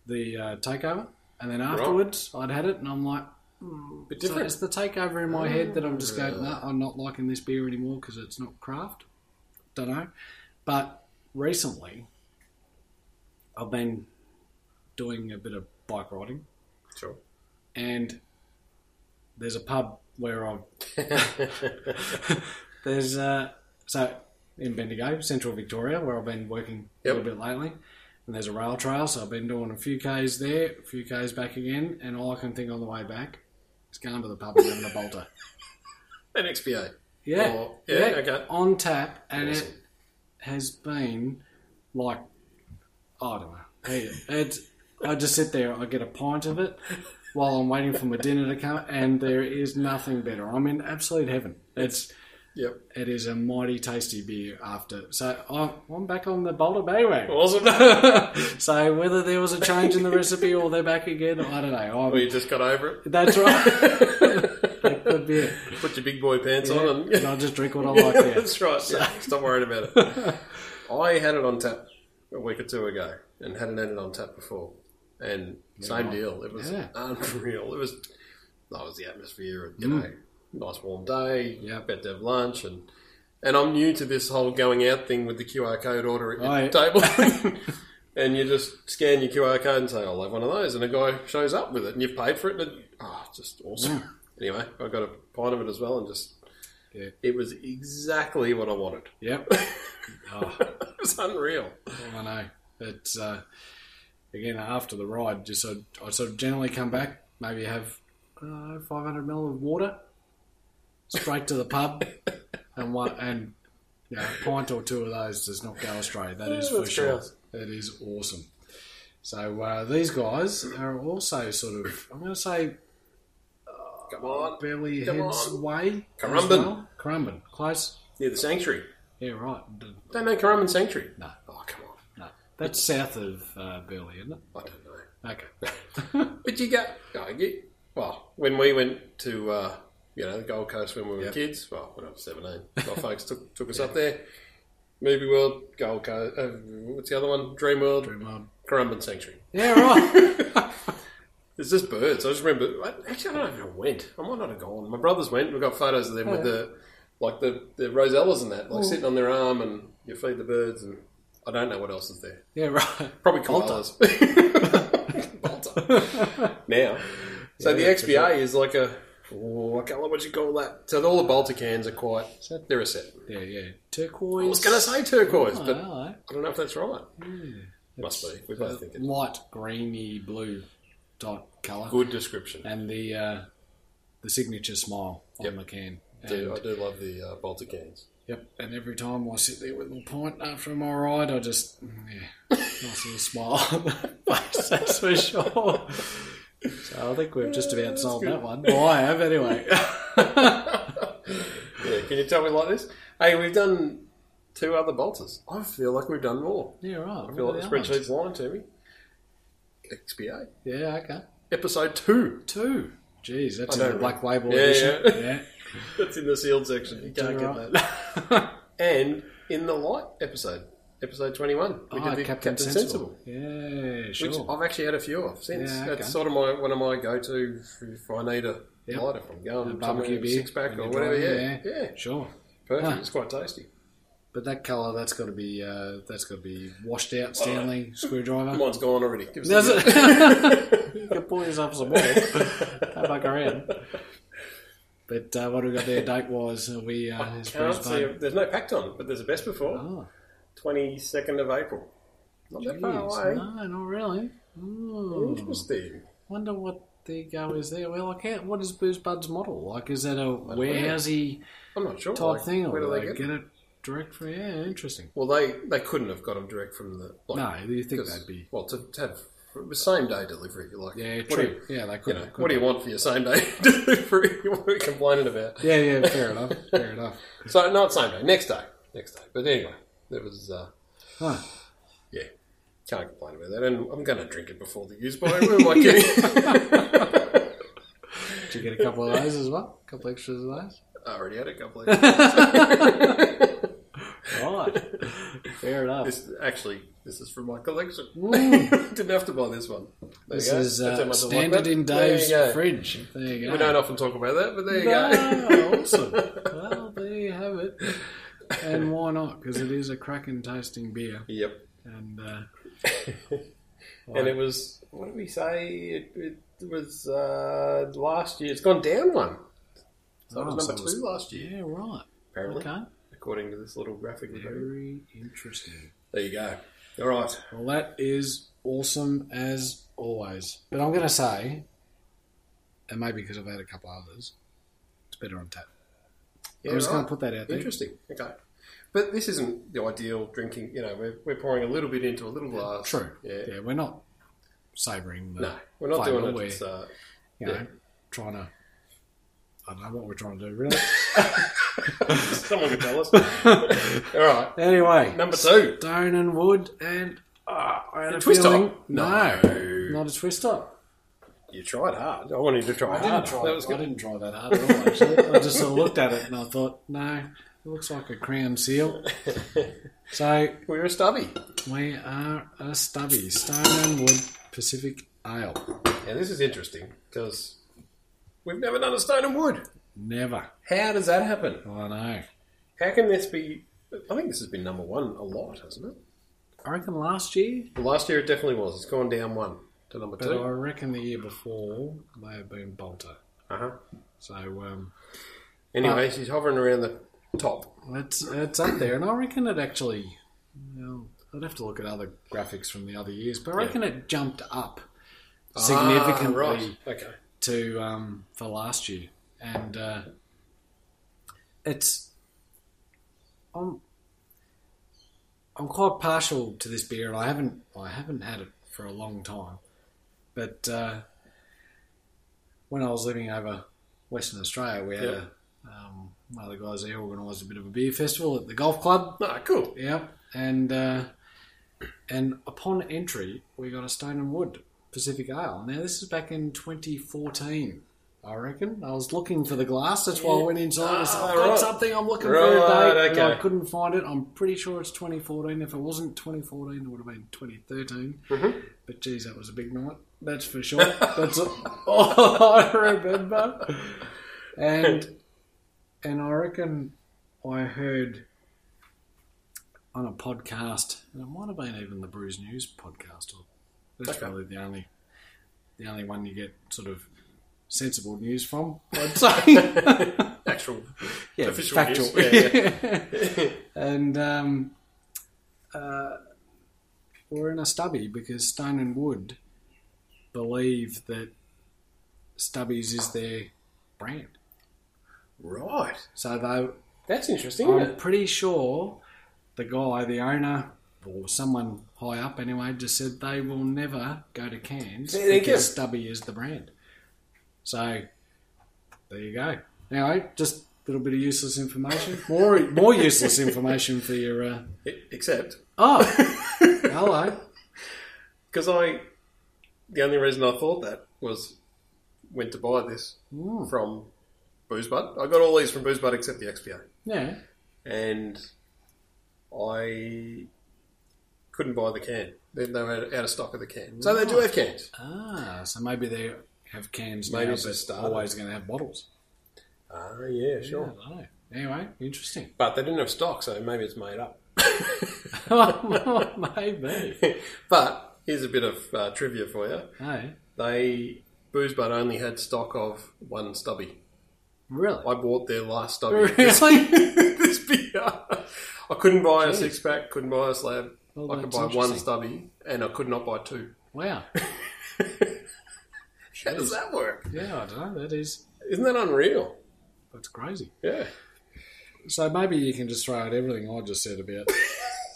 S1: the uh, takeover, and then afterwards I'd had it, and I'm like,
S2: bit
S1: so
S2: different.
S1: it's the takeover in my head that I'm just going, no, I'm not liking this beer anymore because it's not craft. Don't know. But recently, I've been doing a bit of bike riding.
S2: Sure.
S1: and there's a pub where I'm. there's uh, so in Bendigo, Central Victoria, where I've been working a
S2: Yep.
S1: little bit lately, and there's a rail trail, so I've been doing a few k's there, a few k's back again, and all I can think on the way back is going to the pub and having a bolter.
S2: NXPA.
S1: Yeah,
S2: Oh, yeah, okay.
S1: on tap, and it
S2: Awesome.
S1: has been like I don't know. Hey, It's I just sit there, I get a pint of it while I'm waiting for my dinner to come, and there is nothing better. I'm in absolute heaven. It's
S2: Yep.
S1: it is a mighty tasty beer after. So I, I'm back on the Boulder Bayway.
S2: Awesome. Oh.
S1: so whether there was a change in the recipe or they're back again, I don't know.
S2: well,
S1: I'm,
S2: you just got over it.
S1: that's right. That could be it.
S2: Put your big boy pants on and.
S1: And I'll just drink what I like there.
S2: That's right. Yeah, stop worrying about it. I had it on tap a week or two ago, and hadn't had it on tap before. And same deal. It was
S1: Yeah.
S2: unreal. It was that was the atmosphere. You
S1: Mm.
S2: know, nice warm day.
S1: Yeah.
S2: about to have lunch, and and I'm new to this whole going out thing with the QR code order at your
S1: Right.
S2: table. And you just scan your QR code and say, I'll have one of those. And a guy shows up with it and you've paid for it. And it, oh, it's just awesome. Anyway, I got a pint of it as well and just,
S1: Mm. Yeah.
S2: it was exactly what I wanted.
S1: Yep. Oh.
S2: it was unreal.
S1: I know. It's uh, again after the ride, just I, I sort of generally come back, maybe have uh, 500 ml of water, straight to the pub, and one and you know, a pint or two of those does not go astray. That is
S2: Yeah,
S1: for
S2: that's
S1: sure.
S2: great.
S1: It is awesome. So uh, these guys are also sort of I'm going to say
S2: Come on.
S1: barely
S2: Come
S1: heads
S2: on.
S1: way. as
S2: Currumbin.
S1: well. Currumbin, close.
S2: Near the sanctuary.
S1: Yeah, right.
S2: Don't know Karaman Sanctuary.
S1: No,
S2: Oh, come on.
S1: no. That's south of uh, Burley, isn't it?
S2: I don't know.
S1: Okay.
S2: But you got, no, you, well, when we went to, uh, you know, the Gold Coast when we were kids, well, when I was 17, my folks took, took us up there. Movie World, Gold Coast. Uh, what's the other one? Dream World,
S1: Dream Hub.
S2: Currumbin Sanctuary.
S1: Yeah, right.
S2: It's just birds. I just remember. I- Actually, I don't know if I went. I might not have gone. My brothers went. We've got photos of them with the like the, the rosellas and that, like sitting on their arm, and you feed the birds. And I don't know what else is there.
S1: yeah, right.
S2: Probably koalas. Balta. now, so the
S1: Yeah,
S2: XBA is like a. Oh, what colour would you call that? So all the Balta cans are quite. They're a set.
S1: Yeah, yeah.
S2: I
S1: Turquoise.
S2: was going to say turquoise,
S1: Oh,
S2: but
S1: all right.
S2: I don't know if that's right. Must be. We
S1: uh,
S2: both think it's
S1: light greeny blue dot colour.
S2: good description.
S1: And the uh, the signature smile on the can.
S2: I
S1: And,
S2: do, I do love the uh, Balta cans.
S1: Yep. And every time I sit there with my pint after my ride, I just mm, yeah, nice little smile on my face. That's for sure. So I think we've just about solved that one. Well, I have anyway.
S2: Yeah, can you tell me like this? Hey, we've done two other Baltas. I feel like we've done more.
S1: yeah, right.
S2: I feel like the
S1: What are the other ones?
S2: spreadsheet's lying to me. XBA.
S1: Yeah, okay.
S2: Episode two.
S1: Two. Jeez, that's
S2: I
S1: in
S2: know,
S1: the black label
S2: Yeah,
S1: edition.
S2: yeah.
S1: yeah.
S2: That's in the sealed section. You can't get that. And in the light episode, episode 21. We
S1: Ah,
S2: did the
S1: Captain, Sensible. Yeah, sure.
S2: Which I've actually had a few of since.
S1: Yeah, okay.
S2: That's sort of my one of my go to if I need a
S1: Yep.
S2: light if I'm going
S1: A
S2: to
S1: barbecue beer
S2: six pack
S1: when
S2: or
S1: you're
S2: whatever. Yeah.
S1: driving,
S2: yeah,
S1: Sure.
S2: perfect.
S1: Ah.
S2: It's quite tasty.
S1: But that colour, that's got to be uh, that's got to be washed out Stanley screwdriver.
S2: Mine's gone already. Give us
S1: Does
S2: a-
S1: it? you can pull yourself some more. Don't fuck around. But uh, what have we got there date wise? Are we uh, is
S2: Can't see.
S1: Brisbane?
S2: it. There's no pact on, but there's a best before.
S1: Oh,
S2: Twenty second of April. Not that far
S1: geez,
S2: away.
S1: no, not really. Ooh.
S2: Interesting.
S1: Wonder what the go is there. Well, I can't. What is Booze Bud's model like? Is that a warehousey
S2: I'm not sure.
S1: type
S2: like,
S1: thing,
S2: where
S1: or
S2: do they
S1: they
S2: get?
S1: get it direct from? Yeah, interesting.
S2: Well, they they couldn't have got them direct from the.
S1: No,
S2: Like,
S1: you think
S2: 'cause-
S1: that'd be
S2: Well, to, to have it was same day delivery. Like,
S1: yeah,
S2: What do you,
S1: true. yeah, they
S2: you
S1: could.
S2: know,
S1: could
S2: what do you want for your same day delivery? What are you complaining about?
S1: Yeah, yeah, fair enough. Fair enough.
S2: So not same day, next day, next day. But anyway, it was. Uh,
S1: Huh.
S2: Yeah, can't complain about that. And I'm going to drink it before the use by. Where am I kidding?
S1: Did you get a couple of those as well? A couple extras of those?
S2: I already had a couple of these.
S1: Right. Fair enough.
S2: this actually this is from my collection.
S1: Ooh.
S2: Didn't have to buy this one. There
S1: Mm. This
S2: you go.
S1: is
S2: That's how
S1: uh,
S2: much I like
S1: standard
S2: that.
S1: in
S2: There you
S1: Dave's
S2: go.
S1: fridge. There you go.
S2: We don't often talk about that, but there you
S1: No,
S2: go.
S1: awesome. Well, there you have it. And why not? Because it is a cracking tasting beer.
S2: Yep.
S1: And uh,
S2: And it was what did we say? It, it was uh, last year. It's gone down one. So it
S1: Oh,
S2: was
S1: so
S2: number
S1: it was-
S2: two last year,
S1: yeah, right.
S2: apparently,
S1: Okay.
S2: according to this little graphic. we've got here.
S1: Very interesting.
S2: There you go. All right.
S1: Well, that is awesome as always. But I'm going to say, and maybe because I've had a couple others, it's better on tap.
S2: Yeah,
S1: I'm just
S2: right.
S1: going to put that out there.
S2: Interesting. Okay. But this isn't the ideal drinking. You know, we're, we're pouring a little bit into a little glass.
S1: True.
S2: Yeah.
S1: Yeah, we're not savouring the,
S2: No, we're not
S1: Fine,
S2: doing it.
S1: we're-
S2: It's, uh,
S1: you know,
S2: yeah.
S1: trying to. I don't know what we're trying to do, really.
S2: someone can tell us. All right.
S1: anyway,
S2: Number two.
S1: Stone and Wood and. ah, I had a,
S2: twist
S1: feeling.
S2: up?
S1: No,
S2: No.
S1: not a twist up.
S2: You tried hard. I wanted you to try
S1: I didn't
S2: hard.
S1: try.
S2: That was
S1: I
S2: good.
S1: didn't try that hard at all. Actually, I just sort of looked at it and I thought, no, it looks like a crown seal. So
S2: We were stubby.
S1: we are a stubby Stone and Wood Pacific Ale.
S2: Yeah, this is interesting because we've never done a stone and wood.
S1: Never.
S2: How does that happen?
S1: I know.
S2: How can this be? I think this has been number one a lot, hasn't it?
S1: I reckon last year
S2: Well, last year it definitely was. It's gone down one to number
S1: But I
S2: two.
S1: reckon the year before may have been Bolter.
S2: Uh huh.
S1: So um,
S2: Anyway, she's hovering around the top.
S1: it's it's up there, and I reckon it actually. Well, I'd have to look at other graphics from the other years, but I reckon it jumped up significantly
S2: Ah, right. Okay.
S1: to um, for last year, and uh, it's. I'm I'm quite partial to this beer, and I haven't I haven't had it for a long time, but uh, when I was living over Western Australia, we had
S2: Yeah.
S1: a, um, one of the guys there organised a bit of a beer festival at the golf club,
S2: Ah, cool.
S1: yeah, and uh, and upon entry, we got a Stone and Wood Pacific Ale. Now this is back in 2014, I reckon. I was looking for the glass. That's why I went inside. I was like,
S2: Ah,
S1: I've got
S2: right.
S1: something I'm looking for
S2: Right,
S1: today. And I
S2: okay.
S1: couldn't find it. I'm pretty sure it's 2014. If it wasn't 2014, it would have been 2013.
S2: Mm-hmm.
S1: But geez, that was a big night. That's for sure. That's all I remember. And and I reckon I heard on a podcast, and it might have been even the Brews News podcast. Or that's
S2: Okay.
S1: probably the only the only one you get sort of sensible news from. I'd say.
S2: Actual.
S1: yeah,
S2: Official
S1: factual.
S2: news, yeah,
S1: and um, uh, we're in a stubby because Stone and Wood believe that Stubbies is their brand.
S2: Right.
S1: So they
S2: That's interesting, isn't
S1: I'm
S2: it?
S1: pretty sure the guy, the owner, or someone high up anyway, just said they will never go to Cairns
S2: There you
S1: because
S2: go.
S1: Stubby is the brand. So there you go. Anyway, just a little bit of useless information. More more useless information for your. Uh...
S2: E- Except.
S1: Oh, hello.
S2: Because I, the only reason I thought that was went to buy this
S1: Mm,
S2: from Boozebud. I got all these from Boozebud except the XPA,
S1: yeah.
S2: and I couldn't buy the can. They, they were out of stock of the can, so they do have cans.
S1: Ah, so maybe they have cans
S2: Maybe
S1: now,
S2: it's a
S1: but
S2: starter.
S1: always going to have bottles.
S2: Ah, yeah,
S1: Yeah, I don't know. Anyway, interesting.
S2: But they didn't have stock, so maybe it's made up.
S1: maybe.
S2: but here's a bit of uh, trivia for you.
S1: Hey,
S2: They Boozebud only had stock of one stubby.
S1: really?
S2: I bought their last stubby.
S1: Really?
S2: this beer. I couldn't buy a
S1: Jeez.
S2: six pack, couldn't buy a slab.
S1: Well,
S2: I could
S1: that's
S2: buy one
S1: interesting.
S2: stubby, and I could not buy two.
S1: Wow.
S2: How does that work?
S1: Yeah, I don't know. That is
S2: Isn't that unreal?
S1: that's crazy.
S2: Yeah.
S1: So maybe you can just throw out everything I just said about.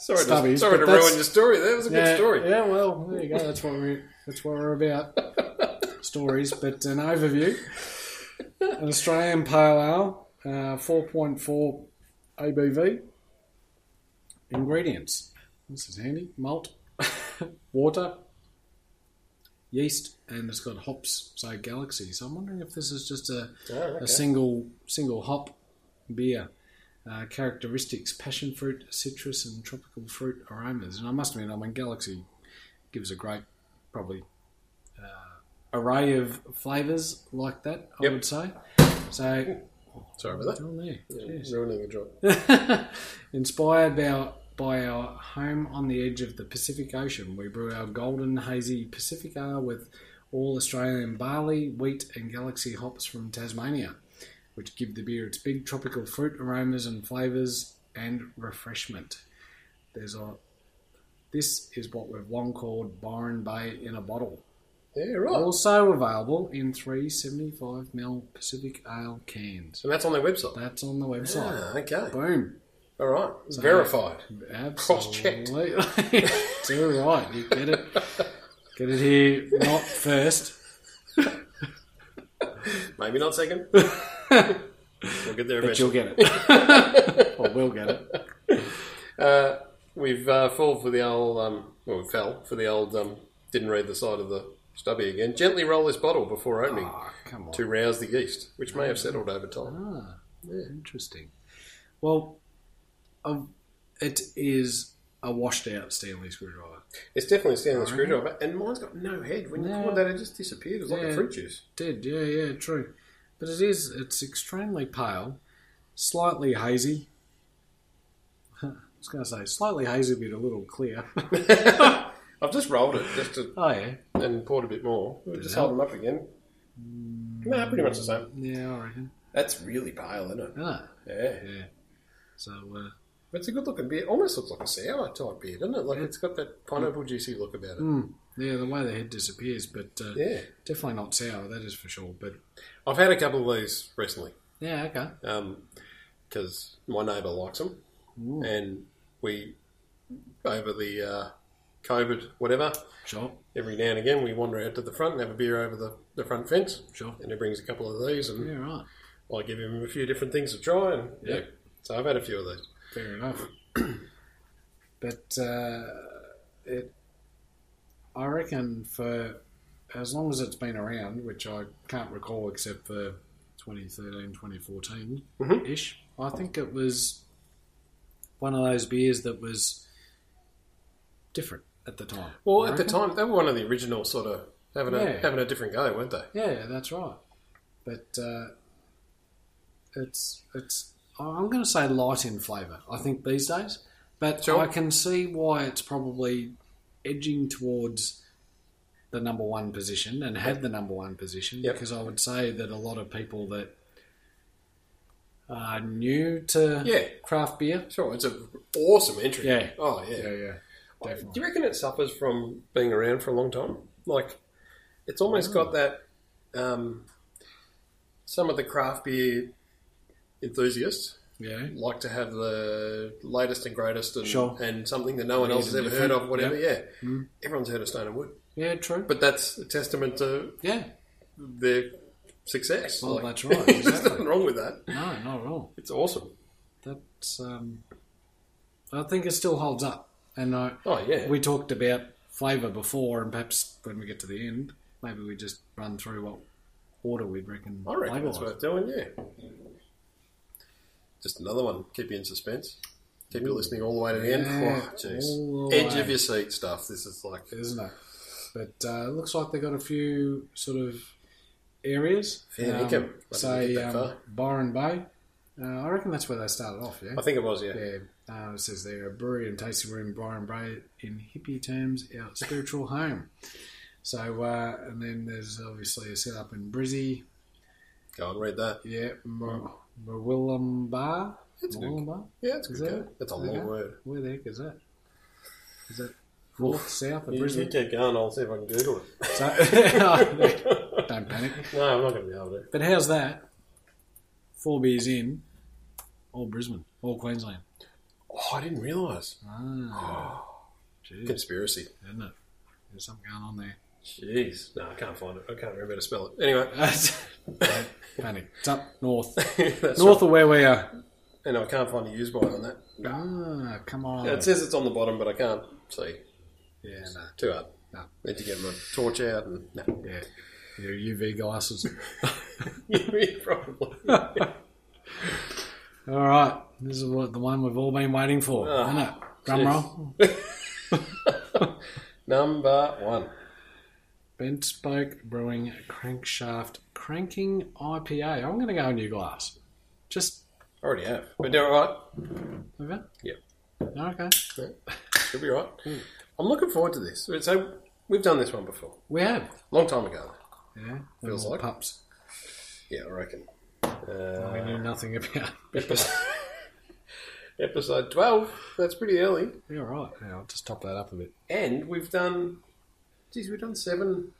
S2: Sorry, to,
S1: Stubbies,
S2: sorry
S1: but
S2: to
S1: that's-
S2: ruin your story. That was a
S1: yeah,
S2: good story.
S1: Yeah, well, there you go. That's what we that's what we're about. Stories, but an overview. An Australian pale ale, uh, four point four ABV. Ingredients. This is handy. Malt, water, yeast, and it's got hops. So Galaxy. So I'm wondering if this is just a
S2: Oh, okay.
S1: a single single hop beer. Uh, characteristics: passion fruit, citrus, and tropical fruit aromas. And I must admit, I mean, Galaxy gives a great, probably, uh, array of flavours like that. I
S2: Yep.
S1: would say. So,
S2: Sorry about that.
S1: on there.
S2: Yeah,
S1: Cheers.
S2: ruining the job.
S1: Inspired by our, by our home on the edge of the Pacific Ocean, we brew our golden hazy Pacific Ale with all Australian barley, wheat, and galaxy hops from Tasmania, which give the beer its big tropical fruit aromas and flavours and refreshment. There's a this is what we've long called Byron Bay in a bottle.
S2: Yeah, right.
S1: Also available in three 75ml Pacific Ale cans.
S2: And that's on their website.
S1: That's on the website.
S2: Ah, okay.
S1: Boom.
S2: All right. It's verified.
S1: Absolutely.
S2: Cross-checked.
S1: it's all right. You get it. Get it here, not first.
S2: Maybe not second. we'll get there
S1: But you'll
S2: eventually.
S1: get it. or we'll get it.
S2: Uh, we've uh, fallen for the old, um, well, we fell for the old, um, didn't read the side of the stubby again. Gently roll this bottle before opening.
S1: Oh, come on.
S2: to rouse the yeast, which may have settled over time.
S1: Ah, interesting. Well, um, it is a washed out Stanley screwdriver.
S2: It's definitely a stainless
S1: Alright.
S2: screwdriver, and mine's got no head. When you
S1: No.
S2: poured that, it just disappeared. It was like
S1: Yeah.
S2: a fruit juice.
S1: Did, yeah, yeah, true. But it is, it's extremely pale, slightly hazy. I was going to say slightly hazy, but a little clear.
S2: I've just rolled it just to,
S1: oh, yeah.
S2: and poured a bit more. We'll just hold them up again. No, pretty much the same.
S1: Yeah, I reckon.
S2: That's really pale, isn't it?
S1: Ah,
S2: Yeah.
S1: yeah. So, uh,
S2: But it's a good looking beer. Almost looks like a sour type beer, doesn't it? Like it's got that pineapple juicy look about it.
S1: Mm, yeah, the way the head disappears, but uh,
S2: Yeah.
S1: definitely not sour, that is for sure. But
S2: I've had a couple of these recently.
S1: yeah, okay.
S2: because my neighbour likes them,
S1: Ooh.
S2: and we over the uh, COVID whatever.
S1: Sure,
S2: Every now and again, we wander out to the front and have a beer over the, the front fence,
S1: sure.
S2: and he brings a couple of these, and
S1: Yeah, right.
S2: I give him a few different things to try, and yeah.
S1: Yeah.
S2: So I've had a few of these.
S1: Fair enough. but uh, it, I reckon for as long as it's been around, which I can't recall except for 2013, 2014
S2: Mhm.
S1: ish, I think it was one of those beers that was different at the time.
S2: Well,
S1: I
S2: at the
S1: reckon.
S2: time, they were one of the original sort of having a
S1: Yeah.
S2: having a different go, weren't they?
S1: Yeah, that's right. But uh, it's it's I'm going to say light in flavour. I think these days, but
S2: Sure.
S1: I can see why it's probably edging towards the number one position and had the number one position
S2: Yep.
S1: because I would say that a lot of people that are new to
S2: Yeah.
S1: craft beer,
S2: Sure, it's an awesome entry.
S1: Yeah.
S2: Oh yeah.
S1: yeah, yeah,
S2: Do
S1: definitely.
S2: you reckon it suffers from being around for a long time? Like, it's almost got that. Um, some of the craft beer enthusiasts
S1: yeah.
S2: like to have the latest and greatest, and,
S1: Sure. Mm.
S2: and something that no one
S1: Weird
S2: else has
S1: and
S2: ever heard
S1: different.
S2: of. Whatever, yeah. Everyone's heard of Stone and Wood,
S1: yeah, true.
S2: but that's a testament to
S1: Yeah,
S2: their success.
S1: Well, that's right,
S2: There's
S1: exactly.
S2: nothing wrong with that.
S1: no, not at all.
S2: It's awesome.
S1: That's. Um, I think it still holds up, and I,
S2: Oh yeah.
S1: we talked about flavour before, and perhaps when we get to the end, maybe we just run through what order we'd reckon.
S2: I reckon
S1: flavour
S2: it's
S1: was.
S2: worth doing, yeah. Just another one. Keep you in suspense. Keep you listening all the way to the end.
S1: Yeah,
S2: Oh, jeez.
S1: all the
S2: Edge of
S1: way.
S2: your seat stuff. This is like,
S1: isn't it? But uh, it looks like they've got a few sort of areas. Um,
S2: Yeah, I think it- I didn't
S1: say
S2: get that
S1: um,
S2: far.
S1: Byron Bay. Uh, I reckon that's where they started off. Yeah.
S2: I think it was, yeah.
S1: Yeah, uh, it says there, a brewery and tasting room, Byron Bray, in hippie terms, our spiritual home. So, uh, and then there's obviously a setup in Brizzy,
S2: Go and read that.
S1: yeah, Mar- Marwillambar.
S2: That's good.
S1: Marwillambar?
S2: Yeah, it's a
S1: Is
S2: good.
S1: that
S2: go. That's a
S1: There you
S2: long
S1: go.
S2: word.
S1: Where the heck is that? Is that north, south of Brizzy?
S2: keep going. I'll see if I can Google it.
S1: So, Oh, don't panic.
S2: No, I'm not going to be able to.
S1: But how's that? Four beers in, all Brisbane, all Queensland.
S2: Oh, I didn't realise.
S1: Ah, jeez,
S2: Conspiracy.
S1: isn't it? There's something going on there.
S2: Jeez. No, I can't find it. I can't remember how to spell it. Anyway,
S1: Don't panic. It's up north. north
S2: that's right.
S1: of where we are.
S2: And I can't find a use by on that.
S1: Ah, come on.
S2: It says it's on the bottom, but I can't see.
S1: yeah, no.
S2: Too hard.
S1: No.
S2: Need to get my torch out and no.
S1: Yeah. Your UV glasses.
S2: probably.
S1: all right. This is what the one we've all been waiting for,
S2: Ah,
S1: isn't it? Drum
S2: jeez.
S1: roll.
S2: Number one.
S1: Bent Spoke Brewing Crankshaft Cranking IPA. I'm going to go a new glass. Just
S2: Already have. We're doing all right.
S1: over.
S2: Yeah.
S1: Okay.
S2: Should be all right. I'm looking forward to this. So we've done this one before,
S1: We have.
S2: long time ago.
S1: Yeah.
S2: Feels
S1: Little
S2: like.
S1: pups.
S2: Yeah, I reckon.
S1: We
S2: Uh,
S1: knew nothing about.
S2: episode, episode twelve. That's pretty early.
S1: You're right. Yeah, I'll just top that up a bit.
S2: And we've done. Geez, we've done seven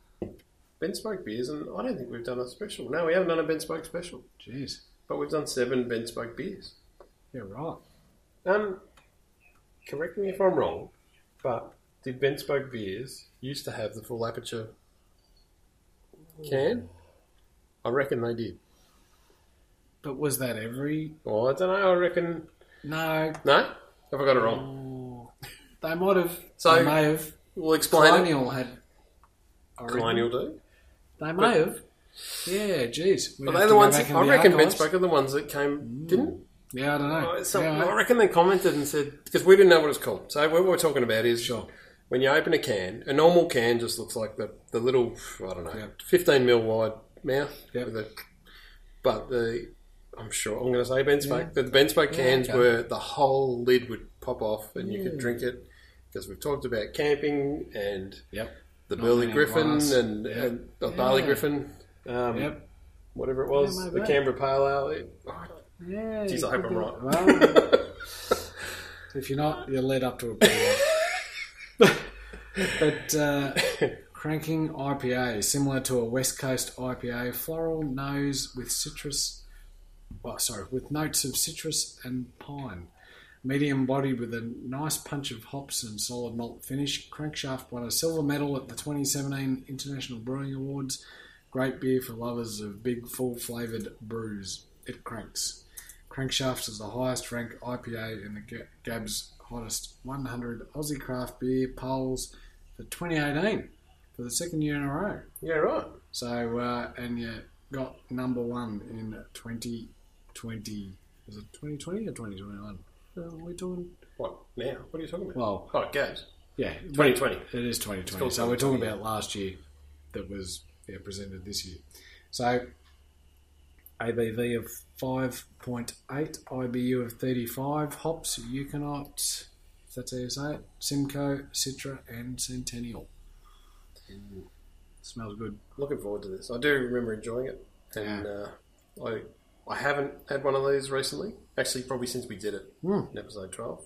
S2: Ben Spoke beers, and I don't think we've done a special. No, we haven't done a Ben Spoke special,
S1: Jeez.
S2: but we've done seven Ben Spoke beers.
S1: You're right.
S2: Um, correct me if I'm wrong, but did Ben Spoke Beers used to have the full aperture can? I reckon they did.
S1: But was that every?
S2: Well, I don't know. I reckon
S1: No,
S2: no. Have I got it wrong?
S1: They might have.
S2: Oh. So-
S1: they may have.
S2: We'll explain it.
S1: Colonial had.
S2: Colonial do.
S1: They may have. Yeah, geez.
S2: Are they the ones? That, I reckon Ben Spoke are the ones that came didn't.
S1: Yeah, I don't know.
S2: Oh, so
S1: yeah,
S2: I reckon they commented and said because we didn't know what it's called. So what we're talking about is
S1: Sure.
S2: when you open a can, a normal can just looks like the the little I don't know,
S1: Yeah.
S2: fifteen mil wide mouth.
S1: Yeah.
S2: With a, but the I'm sure I'm going to say Ben Spoke. The Ben Spoke cans
S1: okay. Mm.
S2: were the whole lid would pop off and you could drink it because we've talked about camping and
S1: yep.
S2: the Burley
S1: in a
S2: Griffin
S1: glass.
S2: and,
S1: Yeah.
S2: and the Barley
S1: Yeah.
S2: Griffin. Um,
S1: Yep.
S2: Whatever it was,
S1: Yeah, my
S2: the
S1: bad.
S2: Canberra Pale Ale. It- oh,
S1: Yeah.
S2: Geez,
S1: you
S2: I hope
S1: could
S2: I'm
S1: do-
S2: right.
S1: Well, if you're not, you're led up to a pretty one. But uh, cranking IPA, similar to a West Coast IPA, floral nose with citrus. Oh, sorry, with notes of citrus and pine. Medium body with a nice punch of hops and solid malt finish. Crankshaft won a silver medal at the 2017 International Brewing Awards. Great beer for lovers of big, full flavoured brews. It cranks. Crankshaft is the highest ranked IPA in the Ga- Gab's hottest 100 Aussie craft beer polls for 2018. For for the second year in a row.
S2: Yeah, right.
S1: So, uh, and yeah, got number one in 2020. Was it 2020 or 2021? Uh, we're doing.
S2: What now? What are you talking about?
S1: Well,
S2: oh, it goes.
S1: yeah.
S2: 2020.
S1: It is 2020.
S2: called
S1: So we're talking
S2: 2020,
S1: about last year that was yeah, presented this year. So ABV of 5.8, IBU of 35, hops, Euconaut, if that's how you say it, Simcoe, Citra, and Centennial. Smells good.
S2: Looking forward to this. I do remember enjoying it, and uh, I I haven't had one of these recently. Actually, probably since we did it
S1: Mm.
S2: in episode twelve.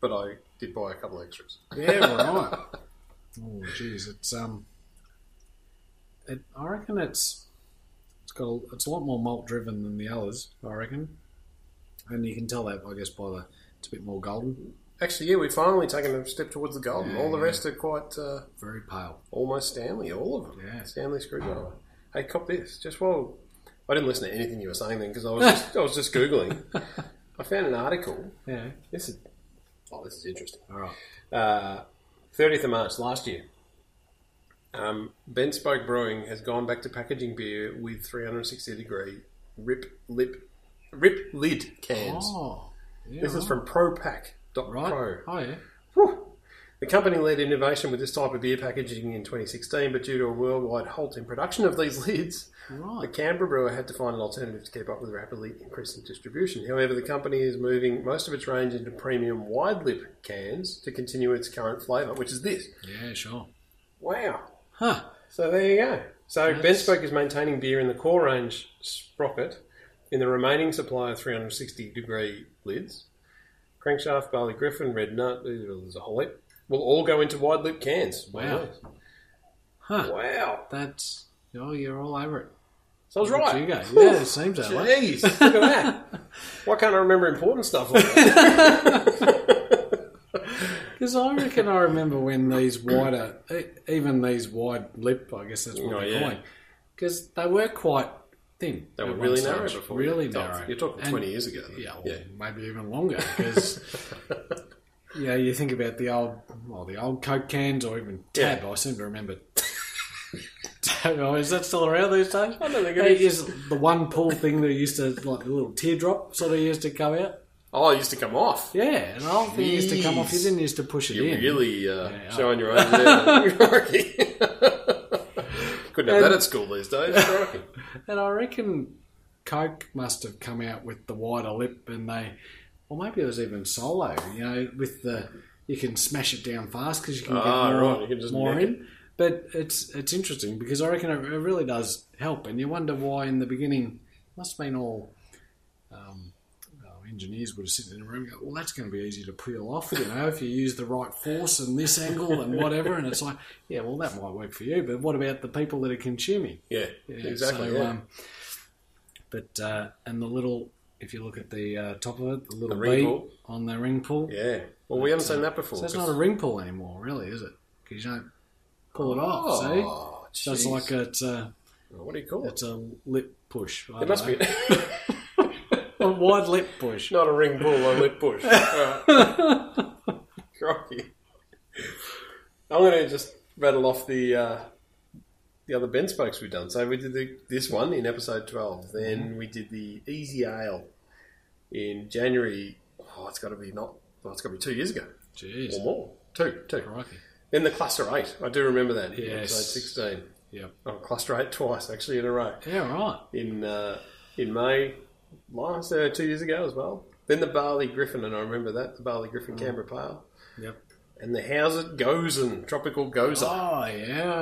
S2: But I did buy a couple extras.
S1: Yeah, right. oh, jeez, it's um, it, I reckon it's it's got a, it's a lot more malt driven than the others. I reckon, and you can tell that I guess by the it's a bit more golden,
S2: Actually, yeah, we've finally taken a step towards the golden.
S1: Yeah,
S2: All the
S1: yeah.
S2: rest are quite uh,
S1: very pale.
S2: almost Stanley. All of them.
S1: Yeah.
S2: Stanley screwdriver. Hey, cop this. Just while I didn't listen to anything you were saying then because I was just, I was just googling. I found an article.
S1: Yeah.
S2: This is oh, this is interesting. Uh,
S1: All right.
S2: Thirtieth of March last year. Um, ben Spoke Brewing has gone back to packaging beer with 360 degree rip lip rip lid cans.
S1: Oh, yeah,
S2: this
S1: right.
S2: is from ProPack.pro.
S1: right. Oh yeah.
S2: Whew. The company led innovation with this type of beer packaging in 2016, but due to a worldwide halt in production of these lids, the
S1: Right.
S2: Canberra brewer had to find an alternative to keep up with rapidly increasing distribution. However, the company is moving most of its range into premium wide lip cans to continue its current flavour, which is this.
S1: Yeah, sure.
S2: Wow.
S1: Huh.
S2: So there you go. So
S1: Nice.
S2: Ben Spoke is maintaining beer in the core range sprocket in the remaining supply of 360 degree lids. Crankshaft, Barley Griffin, Red Nut, there's a whole heap. Will all go into wide lip cans.
S1: Wow. Huh.
S2: Wow.
S1: That's oh, you're all over it.
S2: So I was
S1: Look at
S2: right.
S1: you go.
S2: Whew.
S1: Yeah, it seems that way.
S2: Jeez, look at that. Why can't I remember important stuff like that?
S1: Because I reckon I remember when these wider, e- even these wide lip, I guess that's what
S2: Oh,
S1: they're
S2: yeah.
S1: calling, because they were quite thin.
S2: they
S1: at
S2: were
S1: one
S2: really
S1: stage.
S2: narrow before.
S1: Really
S2: Tough.
S1: narrow.
S2: You're talking
S1: And-
S2: 20 years ago.
S1: Yeah, well, maybe even longer. Because yeah, you think about the old, well, the old Coke cans or even
S2: Yeah.
S1: Tab. I seem to remember. Tab, oh, is that still around these days?
S2: I don't think it
S1: It
S2: is.
S1: is the one pull thing that used to like the little teardrop sort of used to go out.
S2: Oh, it used to come off.
S1: Yeah, an old thing used to come off. You
S2: Jeez.
S1: didn't used to push it
S2: You're
S1: in.
S2: really uh,
S1: Yeah.
S2: showing your own there. Crikey. Couldn't have that
S1: And-
S2: at school these days. Crikey.
S1: And I reckon Coke must have come out with the wider lip, and they, or maybe it was even Solo. You know, with the you can smash it down fast because you can get
S2: Ah,
S1: more,
S2: right, you can just
S1: more
S2: neck it.
S1: in. But it's it's interesting because I reckon it, it really does help, and you wonder why in the beginning must have been all. Um, oh, Engineers would have sitting in a room and go, Well, that's going to be easy to peel off, you know, if you use the right force and this angle and whatever. And it's like, Yeah, well, that might work for you, but what about the people that are consuming?
S2: Yeah,
S1: Yeah,
S2: exactly.
S1: so,
S2: yeah.
S1: um, but uh, and the little, if you look at the uh, top of it, the little
S2: The
S1: B
S2: ring pull.
S1: on the ring pull.
S2: yeah. Well, we haven't seen that before.
S1: So that's not a ring pull anymore, really, is it? Because you don't pull it off. see,
S2: Oh,
S1: so it's
S2: jeez.
S1: like a, it's a
S2: What do you call it?
S1: it's a lip push. I
S2: It must be
S1: don't know. a wide lip push.
S2: not a ring pull, a lip push. Alright. Crikey. I'm going to just rattle off the uh, the other Ben spokes we've done. So we did the, this one in episode
S1: Mm-hmm.
S2: 12. Then we did the Easy Ale in January. Oh, it's got to be not. Well, it's got to be two years ago
S1: Jeez,
S2: or more. Two, two.
S1: crikey.
S2: Then the cluster eight. I do remember that. in
S1: Yes.
S2: Episode sixteen.
S1: Yep.
S2: Oh, cluster eight twice actually in a row
S1: Yeah, right.
S2: in uh, in May last uh, two years ago as well. Then the Barley Griffin, and I remember that the Barley Griffin Canberra Pale,
S1: Mm. Yep.
S2: and the How's Goes and Tropical Goza.
S1: Oh yeah,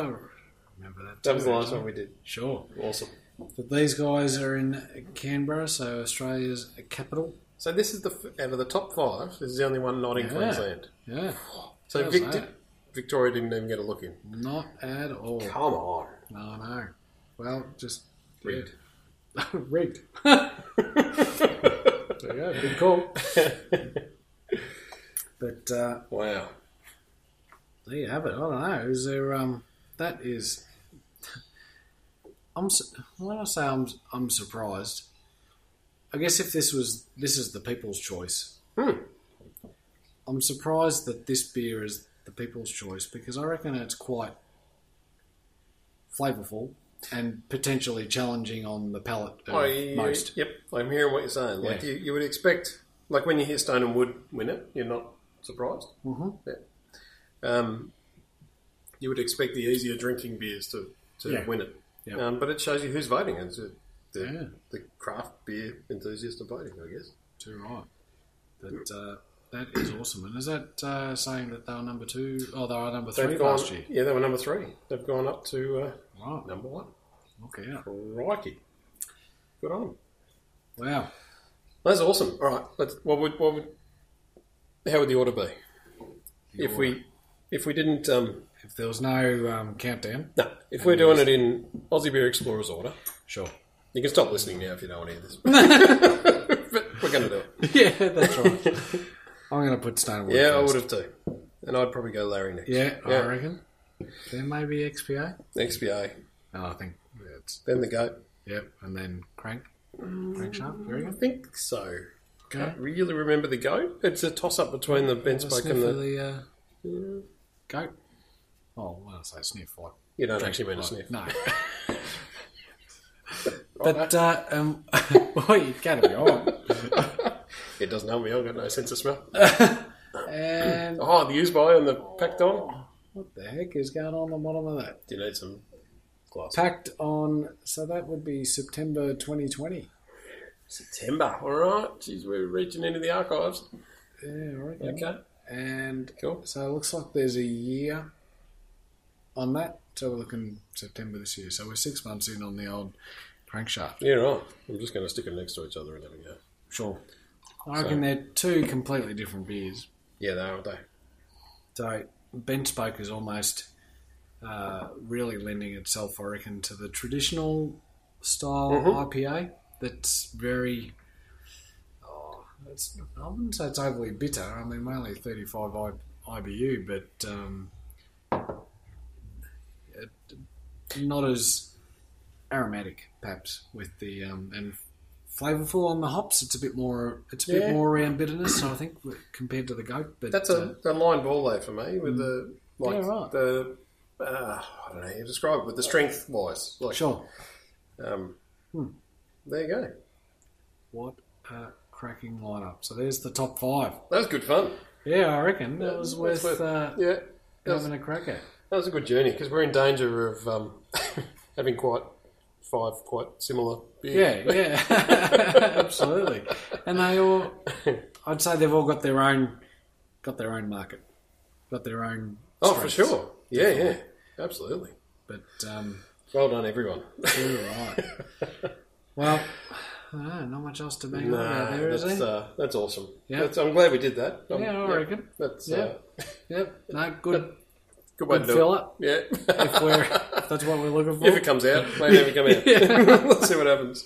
S1: remember that.
S2: that was
S1: too,
S2: the last
S1: actually.
S2: one we did.
S1: Sure.
S2: Awesome.
S1: But these guys are in Canberra, so Australia's capital.
S2: So this is the f- out of the top five. This is the only one not in
S1: Yeah.
S2: Queensland.
S1: Yeah.
S2: So
S1: How's
S2: Victor,
S1: that?
S2: Victoria didn't even get a look in.
S1: Not at all.
S2: Come on.
S1: No, no. Well, just
S2: Rigged.
S1: yeah. rigged. there you go. Big call. But uh,
S2: wow.
S1: there you have it. I don't know. Is there? Um, that is. I'm su- when I say I'm I'm surprised. I guess if this was this is the people's choice.
S2: Hmm.
S1: I'm surprised that this beer is the people's choice because I reckon it's quite flavourful, and potentially challenging on the palate of
S2: I,
S1: Uh, most.
S2: Yep, I'm hearing what you're saying. Like
S1: Yeah.
S2: you, you would expect, like when you hear Stone and Wood win it, you're not surprised.
S1: Mhm.
S2: Yeah. Um, you would expect the easier drinking beers to, to
S1: Yeah.
S2: win it.
S1: Yep.
S2: Um, but it shows you who's voting. It's uh, the,
S1: Yeah.
S2: the craft beer enthusiasts are voting, I guess.
S1: Too right. But uh, that is awesome. And is that uh, saying that they were number two? Oh, they were number three
S2: They've gone,
S1: last year.
S2: Yeah, they were number three. They've gone up to uh,
S1: Right.
S2: number one.
S1: Okay. Yeah.
S2: Crikey. Good on 'em.
S1: Wow.
S2: That's awesome. All right, let's, what would what would how would the order be if we if we didn't um,
S1: If there was no um, countdown,
S2: no if we're doing it in Aussie Beer Explorers order?
S1: sure.
S2: You can stop listening now if you don't want to hear this. but we're going to do it.
S1: yeah, that's right. I'm going to put Stonewood.
S2: Yeah, I
S1: first.
S2: would have too, and I'd probably go Larry next.
S1: Yeah,
S2: Yeah.
S1: I reckon. Then maybe XPA.
S2: XBA,
S1: No, Oh, I think it's
S2: then the goat.
S1: yep, and then crank, crankshaft. Very
S2: I
S1: good.
S2: think so.
S1: Okay.
S2: Really remember the goat? It's a toss up between the
S1: Have a
S2: Benspike
S1: sniff
S2: and
S1: of
S2: the.
S1: the uh, goat. Oh, when I say sniff, like
S2: You don't actually mean a sniff.
S1: no. but uh, um, well, you gotta be on.
S2: It doesn't help me. I've got no sense of smell.
S1: And
S2: Oh, the used by and the packed on.
S1: Um, what the heck is going on the bottom of that?
S2: Do you need some glass?
S1: Packed on. So that would be September 2020.
S2: September. All right. Jeez, we're reaching into the archives.
S1: Yeah, right.
S2: Okay.
S1: And
S2: Cool.
S1: So it looks like there's a year on that. So we're looking September this year. So we're six months in on the old crankshaft.
S2: Yeah, right. I'm just going to stick them next to each other and have a go.
S1: Sure. I reckon they're two completely different beers.
S2: Yeah, they are, aren't they?
S1: So Ben Spoke is almost uh, really lending itself, I reckon, to the traditional style
S2: Mhm.
S1: IPA that's very. oh, It's, I wouldn't say it's overly bitter. I mean, we're only 35 I, IBU, but um, it, not as aromatic, perhaps, with the um, and flavorful on the hops. It's a bit more. It's a
S2: Yeah.
S1: bit more around bitterness, I think, compared to the goat. But
S2: That's
S1: uh,
S2: a, a line ball, though, for me, with the, like,
S1: Yeah, right.
S2: the, uh, I don't know how you describe it, but the strength wise. Like,
S1: sure.
S2: Um,
S1: Hmm.
S2: There you go.
S1: What a cracking lineup! So there's the top five.
S2: That was good fun.
S1: Yeah, I reckon that was
S2: That's
S1: worth
S2: worth-
S1: uh,
S2: Yeah. That was,
S1: having a crack at.
S2: that was a good journey because we're in danger of um, having quite five quite similar
S1: Yeah,
S2: beers.
S1: yeah, absolutely. And they all, I'd say they've all got their own, got their own market, got their own.
S2: Oh, for
S1: strengths.
S2: sure. Yeah, yeah. Absolutely.
S1: But um,
S2: Well done, everyone.
S1: you're right. well, I don't know, not much else to bang on
S2: Nah,
S1: about there, is
S2: that's,
S1: there?
S2: uh, that's awesome.
S1: Yeah.
S2: That's, I'm glad we did that. Um,
S1: Yeah, I reckon.
S2: That's
S1: Yeah.
S2: uh,
S1: Yep. No, good.
S2: good way
S1: Good
S2: to do
S1: fill up.
S2: it.
S1: If
S2: Yeah.
S1: we're if that's what we're looking for.
S2: if it comes out, may never come out.
S1: Yeah.
S2: Let's see what happens.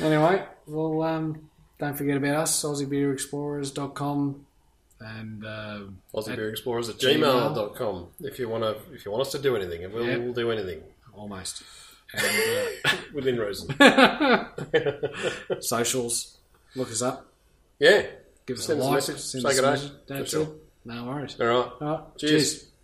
S1: Anyway, well, um, don't forget about us, AussieBeerExplorers.com. And uh,
S2: AussieBeerExplorers at
S1: gmail.
S2: gmail.com if you want to if you want us to do anything, and we'll,
S1: Yeah.
S2: we'll do anything
S1: almost. And
S2: within reason.
S1: uh, socials, look us up,
S2: yeah.
S1: give us
S2: Send
S1: a
S2: us a
S1: like,
S2: message,
S1: send
S2: say
S1: us a
S2: g'day,
S1: message.
S2: for
S1: That's
S2: sure.
S1: it. No worries.
S2: All right.
S1: All right,
S2: Cheers.
S1: cheers.